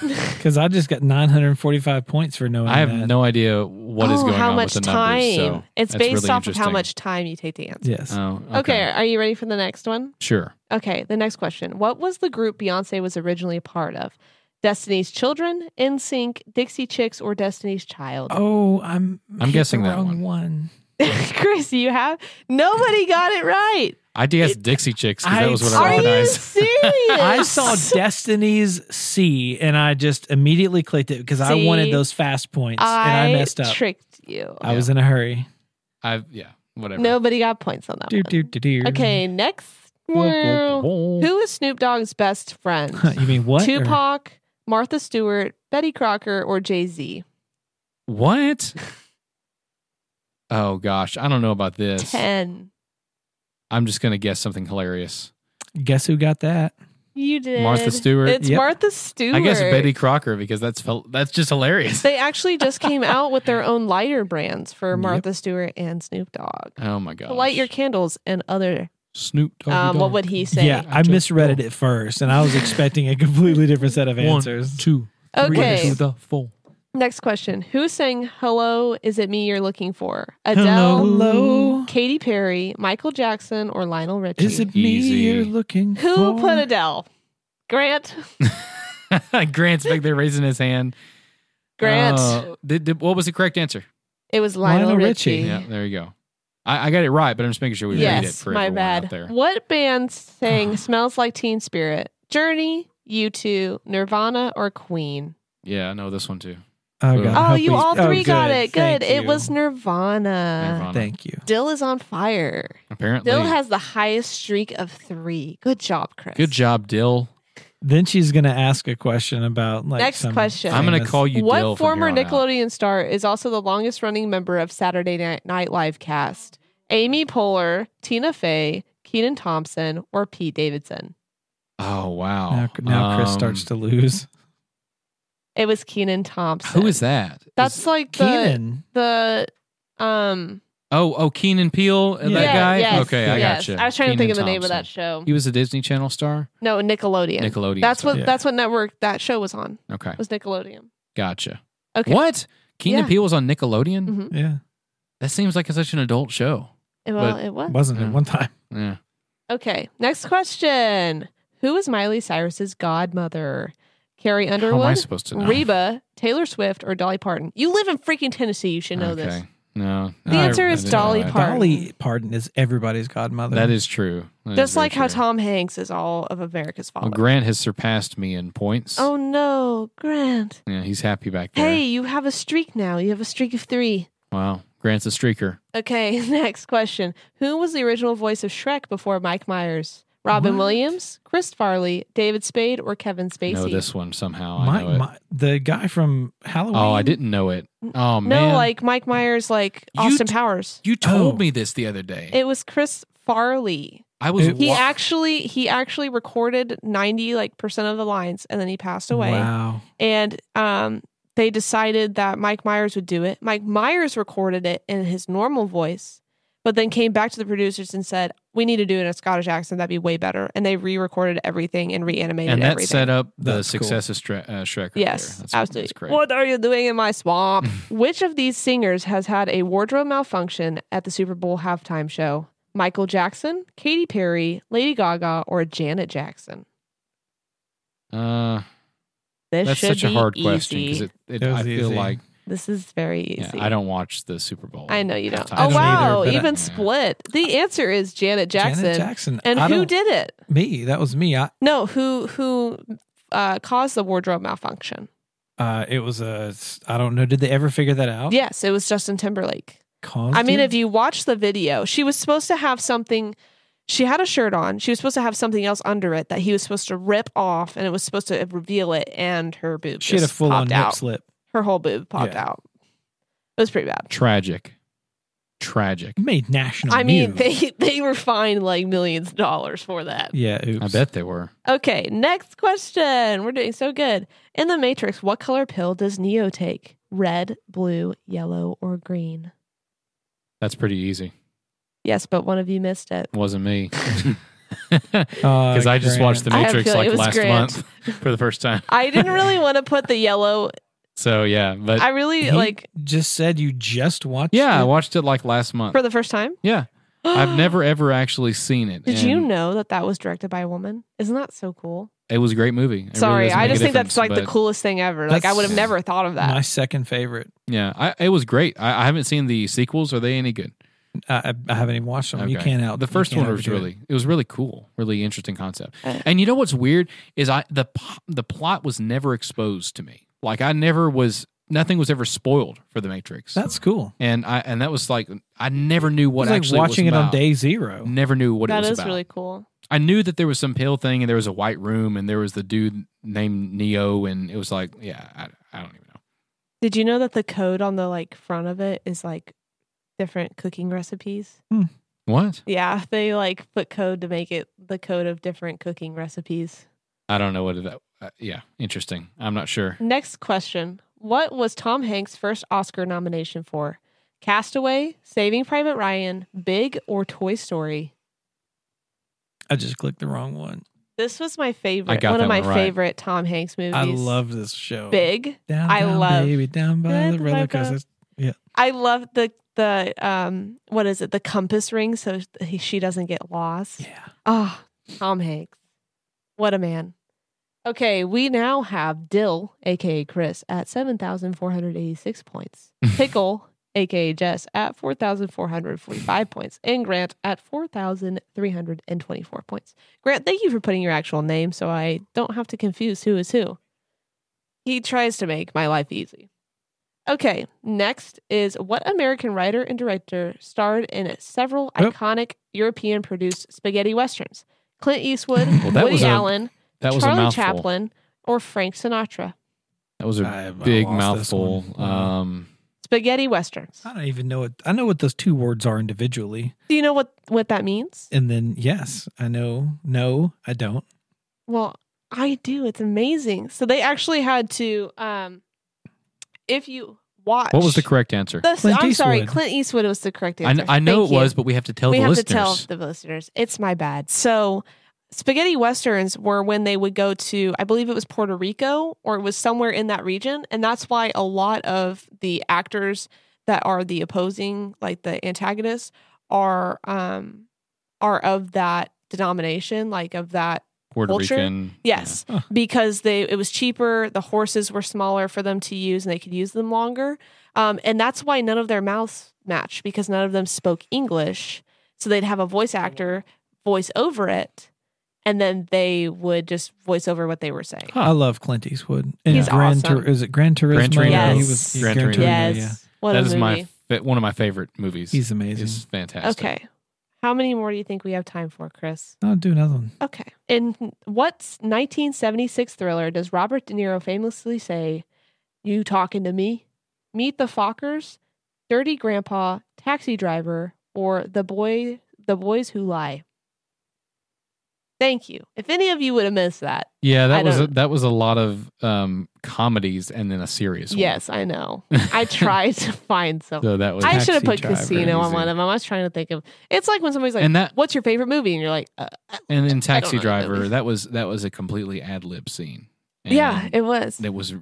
Speaker 2: Because I just got 945 points for knowing.
Speaker 1: I have
Speaker 2: that.
Speaker 1: no idea what is
Speaker 3: Oh,
Speaker 1: going
Speaker 3: how
Speaker 1: on
Speaker 3: much
Speaker 1: with the
Speaker 3: time.
Speaker 1: numbers. So
Speaker 3: it's
Speaker 1: that's
Speaker 3: based
Speaker 1: really
Speaker 3: off of how
Speaker 1: interesting.
Speaker 3: much time you take to answer.
Speaker 2: Yes.
Speaker 1: Oh, okay.
Speaker 3: Okay. are you ready for the next one?
Speaker 1: Sure.
Speaker 3: Okay, the next question. What was the group Beyonce was originally a part of? Destiny's Children, NSYNC, Dixie Chicks, or Destiny's Child?
Speaker 2: oh, I'm.
Speaker 1: I'm
Speaker 2: hit
Speaker 1: guessing
Speaker 2: the
Speaker 1: that
Speaker 2: wrong
Speaker 1: one.
Speaker 3: Chris, you have nobody got it right.
Speaker 1: I guessed Dixie Chicks because
Speaker 2: I-
Speaker 1: that was what I
Speaker 3: Are you
Speaker 1: recognized.
Speaker 3: serious?
Speaker 2: I saw Destiny's C, and I just immediately clicked it because I
Speaker 3: See?
Speaker 2: wanted those fast points,
Speaker 3: I
Speaker 2: and I messed up.
Speaker 3: Tricked you.
Speaker 2: I was in a hurry.
Speaker 1: I yeah. Whatever.
Speaker 3: Nobody got points on that.
Speaker 2: Do,
Speaker 3: one.
Speaker 2: do, do, do.
Speaker 3: Okay, next. Who
Speaker 1: Who?
Speaker 3: is Snoop Dogg's best friend?
Speaker 2: you mean what? or-
Speaker 3: Tupac, Martha Stewart, Betty Crocker, or Jay Z?
Speaker 1: What? Oh gosh, I don't know about this.
Speaker 3: Ten.
Speaker 1: I'm just gonna guess something hilarious.
Speaker 2: Guess who got that?
Speaker 3: You did.
Speaker 1: Martha Stewart.
Speaker 3: It's
Speaker 2: Yep.
Speaker 3: Martha Stewart.
Speaker 1: I guess Betty Crocker because that's fel- that's just hilarious.
Speaker 3: They actually just came out with their own lighter brands for
Speaker 2: Yep.
Speaker 3: Martha Stewart and Snoop Dogg.
Speaker 1: Oh my god!
Speaker 3: To light your candles and other.
Speaker 1: Snoop Doggy
Speaker 3: Um, what
Speaker 1: Dogg.
Speaker 3: would he say?
Speaker 2: Yeah, I misread it at first, and I was expecting a completely different set of answers.
Speaker 1: One, two, three,
Speaker 3: Okay.
Speaker 1: to the four.
Speaker 3: Next question. Who sang Hello, Is It Me You're Looking For? Adele,
Speaker 2: Hello. Hello.
Speaker 3: Katy Perry, Michael Jackson, or Lionel Richie?
Speaker 2: Is it me
Speaker 1: Easy.
Speaker 2: you're looking
Speaker 3: Who
Speaker 2: for?
Speaker 3: put Adele? Grant?
Speaker 1: Grant's back there raising his hand.
Speaker 3: Grant.
Speaker 1: Uh, did, did- what was the correct answer?
Speaker 3: it was Lionel,
Speaker 2: Lionel
Speaker 3: Richie.
Speaker 2: Richie.
Speaker 1: Yeah, there you go. I, I got it right, but I'm just making sure we read it
Speaker 3: yes,
Speaker 1: for
Speaker 3: my
Speaker 1: everyone
Speaker 3: bad.
Speaker 1: out there.
Speaker 3: What band sang Smells Like Teen Spirit? Journey, U2, Nirvana, or Queen?
Speaker 1: Yeah, I know this one too.
Speaker 2: Oh, God, I
Speaker 3: oh,
Speaker 2: hope
Speaker 3: you
Speaker 2: we-
Speaker 3: all
Speaker 2: oh,
Speaker 3: three got
Speaker 2: good.
Speaker 3: it.
Speaker 2: Thank
Speaker 3: Good. It
Speaker 2: you.
Speaker 3: was Nirvana.
Speaker 1: Nirvana.
Speaker 2: Thank you.
Speaker 3: Dill is on fire.
Speaker 1: Apparently,
Speaker 3: Uh, Dill has the highest streak of three. Good job, Chris.
Speaker 1: good job, Dill.
Speaker 2: Then she's gonna ask a question about like
Speaker 3: Next
Speaker 2: some
Speaker 3: question.
Speaker 1: I'm gonna
Speaker 2: famous-
Speaker 1: call you
Speaker 3: What
Speaker 1: Dill. from
Speaker 3: former
Speaker 1: here on out.
Speaker 3: Nickelodeon star is also the longest running member of Saturday Night, Night Live cast? Amy Poehler, Tina Fey, Keenan Thompson, or Pete Davidson?
Speaker 1: Oh wow!
Speaker 2: Now, now Chris
Speaker 1: Um,
Speaker 2: starts to lose.
Speaker 3: It was Keenan Thompson.
Speaker 1: Who is that?
Speaker 3: That's
Speaker 1: Is-
Speaker 3: like the
Speaker 2: Keenan.
Speaker 3: the um
Speaker 1: Oh, oh, Keenan Peele, uh, that
Speaker 2: Yeah,
Speaker 1: guy.
Speaker 3: Yes,
Speaker 1: okay, I
Speaker 3: yes.
Speaker 1: got you.
Speaker 3: I was trying to think of the name of that show.
Speaker 1: He was a Disney Channel star.
Speaker 3: No, Nickelodeon.
Speaker 1: Nickelodeon.
Speaker 3: That's what
Speaker 2: Yeah.
Speaker 3: that's what network that show was on.
Speaker 1: Okay,
Speaker 3: Was Nickelodeon.
Speaker 1: gotcha.
Speaker 3: Okay.
Speaker 1: What? Keenan
Speaker 3: Yeah.
Speaker 1: Peele was on Nickelodeon.
Speaker 3: Mhm.
Speaker 2: Yeah,
Speaker 1: That seems like such an adult show.
Speaker 3: Well,
Speaker 1: But-
Speaker 3: it was.
Speaker 2: wasn't it one time?
Speaker 1: Yeah.
Speaker 3: Okay. Next question. Who is Miley Cyrus's godmother? Carrie
Speaker 1: How am I
Speaker 3: Underwood,
Speaker 1: supposed to know?
Speaker 3: Reba, Taylor Swift, or Dolly Parton? You live in freaking Tennessee. You should know this.
Speaker 1: Okay. No.
Speaker 3: The
Speaker 1: no, I-
Speaker 3: answer
Speaker 1: I
Speaker 3: is
Speaker 1: didn't know
Speaker 3: Dolly
Speaker 1: that.
Speaker 3: Parton.
Speaker 2: Dolly Parton is everybody's godmother.
Speaker 1: That is true. That is
Speaker 3: Just
Speaker 1: very
Speaker 3: like how
Speaker 1: true.
Speaker 3: Tom Hanks is all of America's father.
Speaker 1: Well, Oh, Grant has surpassed me in points.
Speaker 3: oh no, Grant.
Speaker 1: Yeah, he's happy back there.
Speaker 3: Hey, you have a streak now. You have a streak of three.
Speaker 1: Wow. Grant's a streaker.
Speaker 3: Okay, next question. Who was the original voice of Shrek before Mike Myers? Robin
Speaker 2: What?
Speaker 3: Williams, Chris Farley, David Spade, or Kevin Spacey?
Speaker 1: Know this one somehow. I
Speaker 2: my,
Speaker 1: know it.
Speaker 2: my the guy from Halloween.
Speaker 1: oh, I didn't know it. Oh
Speaker 3: no,
Speaker 1: man.
Speaker 3: like Mike Myers, like
Speaker 1: You
Speaker 3: Austin
Speaker 1: t-
Speaker 3: Powers.
Speaker 1: you told
Speaker 2: Oh.
Speaker 1: me this the other day.
Speaker 3: It was Chris Farley.
Speaker 1: I was.
Speaker 2: It-
Speaker 3: He
Speaker 1: wa-
Speaker 3: actually he actually recorded ninety like percent of the lines, and then he passed away.
Speaker 2: Wow.
Speaker 3: and um, they decided that Mike Myers would do it. Mike Myers recorded it in his normal voice, but then came back to the producers and said, "We need to do it in a Scottish accent. That'd be way better." And they re-recorded everything and reanimated
Speaker 1: and that
Speaker 3: everything.
Speaker 1: set up the
Speaker 2: That's cool.
Speaker 1: success of Stre- uh, Shrek. Right
Speaker 3: Yes,
Speaker 1: there. That's,
Speaker 3: absolutely.
Speaker 1: That's great.
Speaker 3: What are you doing in my swamp? Which of these singers has had a wardrobe malfunction at the Super Bowl halftime show? Michael Jackson, Katy Perry, Lady Gaga, or Janet Jackson?
Speaker 1: Uh,
Speaker 3: This
Speaker 1: that's
Speaker 3: should
Speaker 1: such a
Speaker 3: be
Speaker 1: hard
Speaker 3: easy.
Speaker 1: question because it, it,
Speaker 2: That was
Speaker 1: I feel
Speaker 2: easy.
Speaker 1: like
Speaker 3: This is very easy.
Speaker 1: yeah, I don't watch the Super Bowl.
Speaker 3: I know you don't.
Speaker 1: halftime
Speaker 3: Oh
Speaker 2: I don't
Speaker 1: show.
Speaker 3: wow,
Speaker 2: either, but I-
Speaker 3: even
Speaker 1: Yeah.
Speaker 3: split. The answer is Janet Jackson.
Speaker 2: Janet Jackson.
Speaker 3: And
Speaker 2: I
Speaker 3: who
Speaker 2: don't-
Speaker 3: did it?
Speaker 2: me? That was me. I,
Speaker 3: No, who who uh, caused the wardrobe malfunction?
Speaker 2: uh, it was a. I don't know. Did they ever figure that out?
Speaker 3: Yes, it was Justin Timberlake.
Speaker 2: Caused
Speaker 3: I mean,
Speaker 2: it?
Speaker 3: if you watch the video, she was supposed to have something. She had a shirt on. She was supposed to have something else under it that he was supposed to rip off, and it was supposed to reveal it. And her boob
Speaker 2: she had a
Speaker 3: just
Speaker 2: full on
Speaker 3: popped
Speaker 2: nip
Speaker 3: out.
Speaker 2: slip.
Speaker 3: Her whole boob popped
Speaker 2: Yeah.
Speaker 3: out. It was pretty bad.
Speaker 1: Tragic. Tragic.
Speaker 2: Made national.
Speaker 3: I mean,
Speaker 2: news.
Speaker 3: they they were fined like millions of dollars for that.
Speaker 2: Yeah. Oops.
Speaker 1: I bet they were.
Speaker 3: Okay, next question. We're doing so good. In the Matrix, what color pill does Neo take? Red, blue, yellow, or green?
Speaker 1: That's pretty easy.
Speaker 3: Yes, but one of you missed it.
Speaker 1: Wasn't me. Because
Speaker 2: Uh,
Speaker 1: I just
Speaker 2: Grant.
Speaker 1: watched The
Speaker 3: I have a
Speaker 1: Matrix
Speaker 3: feeling it
Speaker 1: like
Speaker 3: was
Speaker 1: last
Speaker 3: Grant.
Speaker 1: month for the first time.
Speaker 3: I didn't really want to put the yellow.
Speaker 1: So yeah, but
Speaker 3: I really
Speaker 2: He
Speaker 3: like
Speaker 2: just said you just watched.
Speaker 1: yeah, I
Speaker 2: it?
Speaker 1: watched it like last month.
Speaker 3: for the first time.
Speaker 1: yeah, I've never ever actually seen it.
Speaker 3: Did you
Speaker 1: and
Speaker 3: know that that was directed by a woman? Isn't that so cool?
Speaker 1: It was a great movie. It really
Speaker 3: Sorry,
Speaker 1: doesn't
Speaker 3: I
Speaker 1: make a
Speaker 3: just think that's like
Speaker 1: difference,
Speaker 3: the coolest thing ever. Like I
Speaker 2: That's-
Speaker 3: would have never thought of that.
Speaker 2: My second favorite.
Speaker 1: but Yeah, I, it was great. I, I haven't seen the sequels. Are they any good?
Speaker 2: I, I I haven't even watched them. You
Speaker 1: Okay.
Speaker 2: can't out.
Speaker 1: The
Speaker 2: you
Speaker 1: first
Speaker 2: can't
Speaker 1: one was
Speaker 2: overdo it.
Speaker 1: really it was really cool, really interesting concept.
Speaker 3: Uh.
Speaker 1: and you know what's weird is I the p- the plot was never exposed to me. Like I never was nothing was ever spoiled for the Matrix.
Speaker 2: That's cool.
Speaker 1: and I and that was like I never knew what
Speaker 2: It's like
Speaker 1: actually
Speaker 2: watching
Speaker 1: was
Speaker 2: it on
Speaker 1: about.
Speaker 2: day zero.
Speaker 1: Never knew what it
Speaker 3: that
Speaker 1: was
Speaker 3: is
Speaker 1: about.
Speaker 3: really cool.
Speaker 1: I knew that there was some pill thing and there was a white room and there was the dude named Neo and it was like yeah I, I don't even know.
Speaker 3: Did you know that the code on the like front of it is like different cooking recipes?
Speaker 1: What?
Speaker 3: Yeah, they like put code to make it the code of different cooking recipes.
Speaker 1: I don't know what that. Uh, yeah, interesting. I'm not sure.
Speaker 3: Next question What was Tom Hanks' first Oscar nomination for? Castaway, Saving Private Ryan, Big, or Toy Story?
Speaker 2: I just clicked the wrong one.
Speaker 3: This was my favorite.
Speaker 1: I got
Speaker 3: one of
Speaker 1: that
Speaker 3: my
Speaker 1: one right.
Speaker 3: favorite Tom Hanks movies.
Speaker 2: I love this show.
Speaker 3: Big.
Speaker 2: Down,
Speaker 3: I
Speaker 2: down,
Speaker 3: love-
Speaker 2: baby, down by
Speaker 3: Down
Speaker 2: the
Speaker 3: by
Speaker 2: roller
Speaker 3: the-
Speaker 2: coaster.
Speaker 3: I love the the um what is it? The compass ring so he, she doesn't get lost.
Speaker 2: Yeah.
Speaker 3: Ah, Tom Hanks. What a man. Okay, we now have Dill, aka Chris, at 7,486 points. Pickle, aka Jess, at 4,445 points. And Grant at 4,324 points. Grant, thank you for putting your actual name so I don't have to confuse who is who. He tries to make my life easy. Okay, next is what American writer and director starred in several
Speaker 2: Oh.
Speaker 3: iconic European produced spaghetti westerns? Clint Eastwood,
Speaker 1: Well, that was
Speaker 3: Woody
Speaker 1: a-
Speaker 3: Allen,
Speaker 1: That was a
Speaker 3: Charlie
Speaker 1: mouthful.
Speaker 3: Chaplin, or Frank Sinatra.
Speaker 1: That was a
Speaker 2: I- I
Speaker 1: big
Speaker 2: lost this
Speaker 1: mouthful.
Speaker 2: one. Wow.
Speaker 1: Um,
Speaker 3: Spaghetti westerns.
Speaker 2: I don't even know what I know what those two words are individually.
Speaker 3: Do you know what what that means?
Speaker 2: And then yes, I know. No, I don't.
Speaker 3: Well, I do. It's amazing. So they actually had to um if you watch.
Speaker 1: What was the correct answer?
Speaker 3: The-
Speaker 2: Clint
Speaker 3: I'm sorry,
Speaker 2: Eastwood.
Speaker 3: Clint Eastwood was the correct
Speaker 1: I,
Speaker 3: answer.
Speaker 1: I know
Speaker 3: Thank
Speaker 1: it was,
Speaker 3: you.
Speaker 1: but we have to tell
Speaker 3: we
Speaker 1: the
Speaker 3: have
Speaker 1: listeners.
Speaker 3: to tell the listeners. It's my bad. So, spaghetti westerns were when they would go to, I believe it was Puerto Rico or it was somewhere in that region, and that's why a lot of the actors that are the opposing, like the antagonists, are um are of that denomination, like of that
Speaker 1: Puerto
Speaker 3: Culture?
Speaker 1: Rican.
Speaker 3: Yes,
Speaker 2: Yeah. Huh.
Speaker 3: because they it was cheaper. The horses were smaller for them to use, and they could use them longer. Um, and that's why none of their mouths matched because none of them spoke English. So they'd have a voice actor voice over it, and then they would just voice over what they were saying.
Speaker 2: I love Clint Eastwood. And
Speaker 3: He's
Speaker 2: Gran
Speaker 3: awesome.
Speaker 2: Tur- is it Gran Turismo?
Speaker 1: Gran Torino.
Speaker 3: Yes.
Speaker 2: He was,
Speaker 1: Gran
Speaker 2: Gran
Speaker 1: Torino.
Speaker 2: Torino,
Speaker 3: yes,
Speaker 2: yeah.
Speaker 3: what
Speaker 1: That
Speaker 3: a
Speaker 1: is
Speaker 3: movie.
Speaker 1: my fa- one of my favorite movies.
Speaker 2: He's amazing.
Speaker 1: It's fantastic.
Speaker 3: okay. How many more do you think we have time for, Chris?
Speaker 2: I'll do another one.
Speaker 3: Okay. In what 1976 thriller does Robert De Niro famously say, You talking to me? Meet the Fockers, Dirty Grandpa, Taxi Driver, or The Boy The Boys Who Lie? Thank you. If any of you would have missed that.
Speaker 1: Yeah, that
Speaker 3: I
Speaker 1: was a,
Speaker 3: don't-
Speaker 1: that was a lot of um, comedies and then a serious
Speaker 3: yes, I know.
Speaker 1: one.
Speaker 3: I tried to find some.
Speaker 1: So that was
Speaker 3: I should have
Speaker 2: Taxi
Speaker 3: put
Speaker 2: Driver,
Speaker 3: Casino on
Speaker 1: easy.
Speaker 3: one of them. I was trying to think of it's like when somebody's like,
Speaker 1: and that
Speaker 3: What's your favorite movie? And you're like, uh, uh,
Speaker 1: and in
Speaker 3: I don't
Speaker 1: Taxi
Speaker 3: know the
Speaker 1: Driver
Speaker 3: movie.
Speaker 1: that was that was a completely ad lib scene. And
Speaker 3: Yeah, it was.
Speaker 1: that was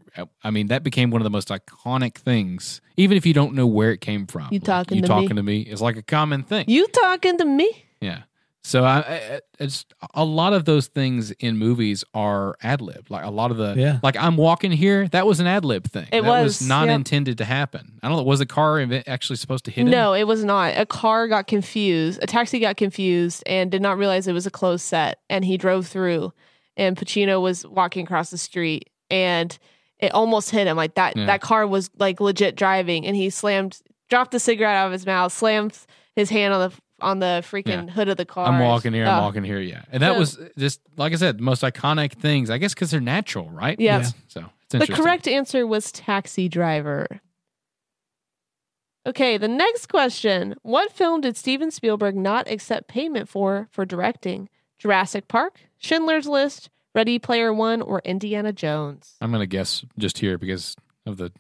Speaker 1: I mean that became one of the most iconic things. Even if you don't know where it came from,
Speaker 3: You
Speaker 1: Like,
Speaker 3: talking
Speaker 1: you
Speaker 3: to me?
Speaker 1: talking to me is like a common thing.
Speaker 3: You talking to me?
Speaker 1: Yeah. So I, I it's a lot of those things in movies are ad lib. Like a lot of the
Speaker 2: Yeah.
Speaker 1: like I'm walking here. That was an ad lib thing.
Speaker 3: It
Speaker 1: that
Speaker 3: was,
Speaker 1: not
Speaker 3: yep.
Speaker 1: intended to happen. I don't know. Was the car inve- actually supposed to hit him?
Speaker 3: No, it was not. A car got confused. A taxi got confused and did not realize it was a closed set. And he drove through, and Pacino was walking across the street, and it almost hit him. Like that,
Speaker 1: Yeah.
Speaker 3: that car was like legit driving, and he slammed, dropped the cigarette out of his mouth, slammed his hand on the on the freaking hood of the car.
Speaker 1: I'm walking here. I'm
Speaker 3: Oh,
Speaker 1: walking here. Yeah. And that
Speaker 3: So-
Speaker 1: was just like I said, the most iconic things. I guess because they're natural, right?
Speaker 3: Yeah.
Speaker 2: Yeah.
Speaker 1: So it's
Speaker 3: The
Speaker 1: interesting.
Speaker 3: correct answer was taxi driver. Okay, the next question. What film did Steven Spielberg not accept payment for for directing? Jurassic Park, Schindler's List, Ready Player One, or Indiana Jones?
Speaker 1: I'm gonna guess just here because of the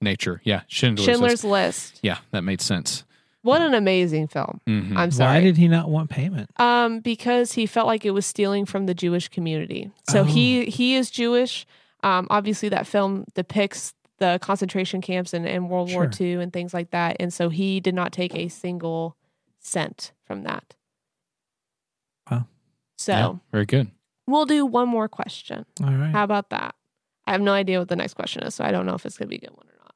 Speaker 1: nature. Yeah. Schindler's. List.
Speaker 3: Schindler's List.
Speaker 1: Yeah, that made sense.
Speaker 3: What an amazing film.
Speaker 1: Mhm.
Speaker 3: I'm
Speaker 2: Why
Speaker 3: sorry.
Speaker 2: did he not want payment?
Speaker 3: um, because he felt like it was stealing from the Jewish community. So
Speaker 2: Oh.
Speaker 3: he he is Jewish. Um, obviously, that film depicts the concentration camps and, and World War
Speaker 2: Sure.
Speaker 3: II and things like that. And so he did not take a single cent from that.
Speaker 2: Wow.
Speaker 3: So
Speaker 1: Yeah, very good.
Speaker 3: we'll do one more question.
Speaker 2: All right.
Speaker 3: How about that? I have no idea what the next question is, so I don't know if it's going to be a good one or not.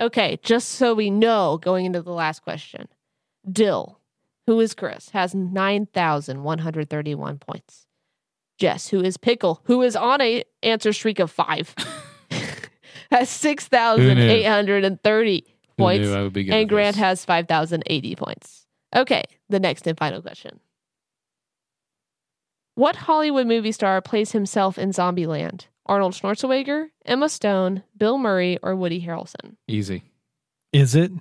Speaker 3: Okay, just so we know going into the last question, Dill, who is Chris, has 9,131 points. Jess, who is Pickle, who is on a answer streak of five, has 6,830
Speaker 1: Who knew
Speaker 3: points.
Speaker 1: I would be good at
Speaker 3: And Grant
Speaker 1: this?
Speaker 3: has 5,080 points. Okay, the next and final question. What Hollywood movie star plays himself in Zombieland? Arnold Schwarzenegger, Emma Stone, Bill Murray, or Woody Harrelson?
Speaker 1: easy.
Speaker 2: Is it?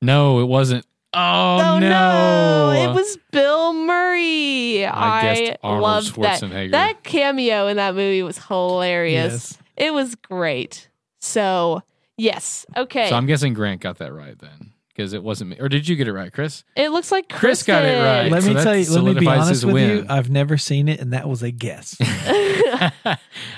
Speaker 1: No, it wasn't. Oh,
Speaker 3: It was Bill Murray.
Speaker 1: I
Speaker 3: I,
Speaker 1: guessed Arnold
Speaker 3: loved that.
Speaker 1: Schwarzenegger.
Speaker 3: That cameo in that movie was hilarious. It was great. So, yes. Okay.
Speaker 1: So I'm guessing Grant got that right then, because it wasn't me. Or did you get it right, Chris?
Speaker 3: it looks like
Speaker 1: Chris got it
Speaker 3: did.
Speaker 1: right.
Speaker 2: Let
Speaker 1: so
Speaker 2: me
Speaker 1: that
Speaker 2: tell you. Let me be
Speaker 1: solidifies
Speaker 2: honest
Speaker 1: his
Speaker 2: with you.
Speaker 1: win.
Speaker 2: I've never seen it, and that was a guess.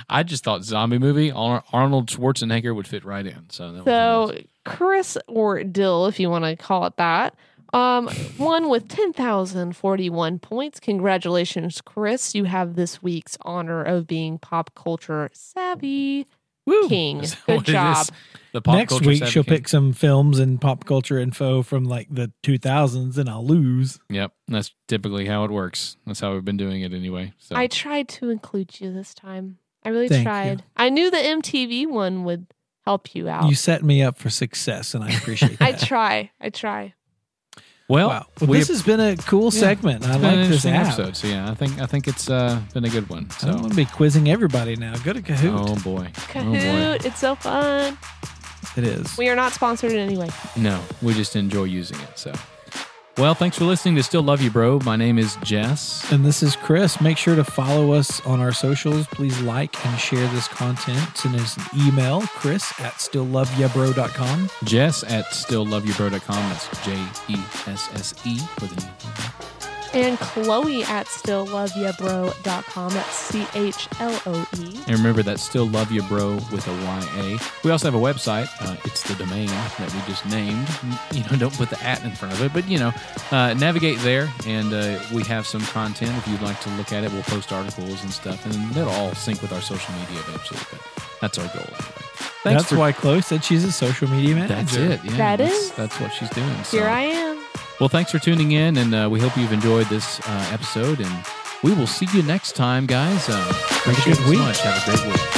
Speaker 1: I just thought zombie movie Ar- Arnold Schwarzenegger would fit right in. So that was one of
Speaker 3: So
Speaker 1: those.
Speaker 3: Chris or Dill, if you want to call it that, um, won with ten thousand forty-one points. Congratulations, Chris! You have this week's honor of being pop culture savvy
Speaker 2: Woo.
Speaker 3: king.
Speaker 1: Is that
Speaker 3: Good
Speaker 1: what it is?
Speaker 3: job.
Speaker 1: The pop
Speaker 2: Next
Speaker 1: culture
Speaker 2: week
Speaker 1: savvy
Speaker 2: she'll
Speaker 1: king.
Speaker 2: pick some films and pop culture info from like the 2000s, and I'll lose.
Speaker 1: Yep, that's typically how it works. That's how we've been doing it anyway. So
Speaker 3: I tried to include you this time. I really
Speaker 2: Thank you.
Speaker 3: tried. I knew the MTV one would help you out.
Speaker 2: You set me up for success, and I appreciate
Speaker 3: I
Speaker 2: that.
Speaker 3: try. I try.
Speaker 1: well,
Speaker 2: Wow. Oh, Well,
Speaker 1: we
Speaker 2: this has been a cool segment. I
Speaker 1: it's been an
Speaker 2: like this
Speaker 1: interesting
Speaker 2: app.
Speaker 1: episode. So yeah, I think I think it's uh, been a good one.
Speaker 2: So I'm
Speaker 1: So
Speaker 2: gonna be quizzing everybody now. Go to Kahoot.
Speaker 1: oh boy, oh boy,
Speaker 3: Kahoot! it's so fun.
Speaker 2: It is.
Speaker 1: Oh.
Speaker 3: We are not sponsored in any way.
Speaker 1: no, we just enjoy using it. So Well, thanks for listening to Still Love You, Bro. My name is Jess.
Speaker 2: And this is Chris. Make sure to follow us on our socials. Please like and share this content. Send us an email, chris at stillloveyabro.com.
Speaker 1: Jess at stillloveyoubro.com. That's J E S S E with an E.
Speaker 3: And Chloe at stillloveyabro.com. That's C H L O E.
Speaker 1: And remember that Still Love You Bro with a YA. We also have a website. Uh, it's the domain that we just named. You know, don't put the at in front of it, but you know, uh, navigate there and uh, we have some content. If you'd like to look at it, we'll post articles and stuff and that'll all sync with our social media eventually. But that's our goal anyway. Thanks
Speaker 2: That's
Speaker 1: for-
Speaker 2: why Chloe said she's a social media manager.
Speaker 1: That's it. Yeah,
Speaker 3: That
Speaker 1: that's,
Speaker 3: is-
Speaker 1: That's what she's doing. So.
Speaker 3: Here I am.
Speaker 1: Well, thanks for tuning in, and uh, we hope you've enjoyed this uh, episode. And we will see you next time, guys. Uh, appreciate
Speaker 2: good
Speaker 1: it so
Speaker 2: week.
Speaker 1: much. Have a great week.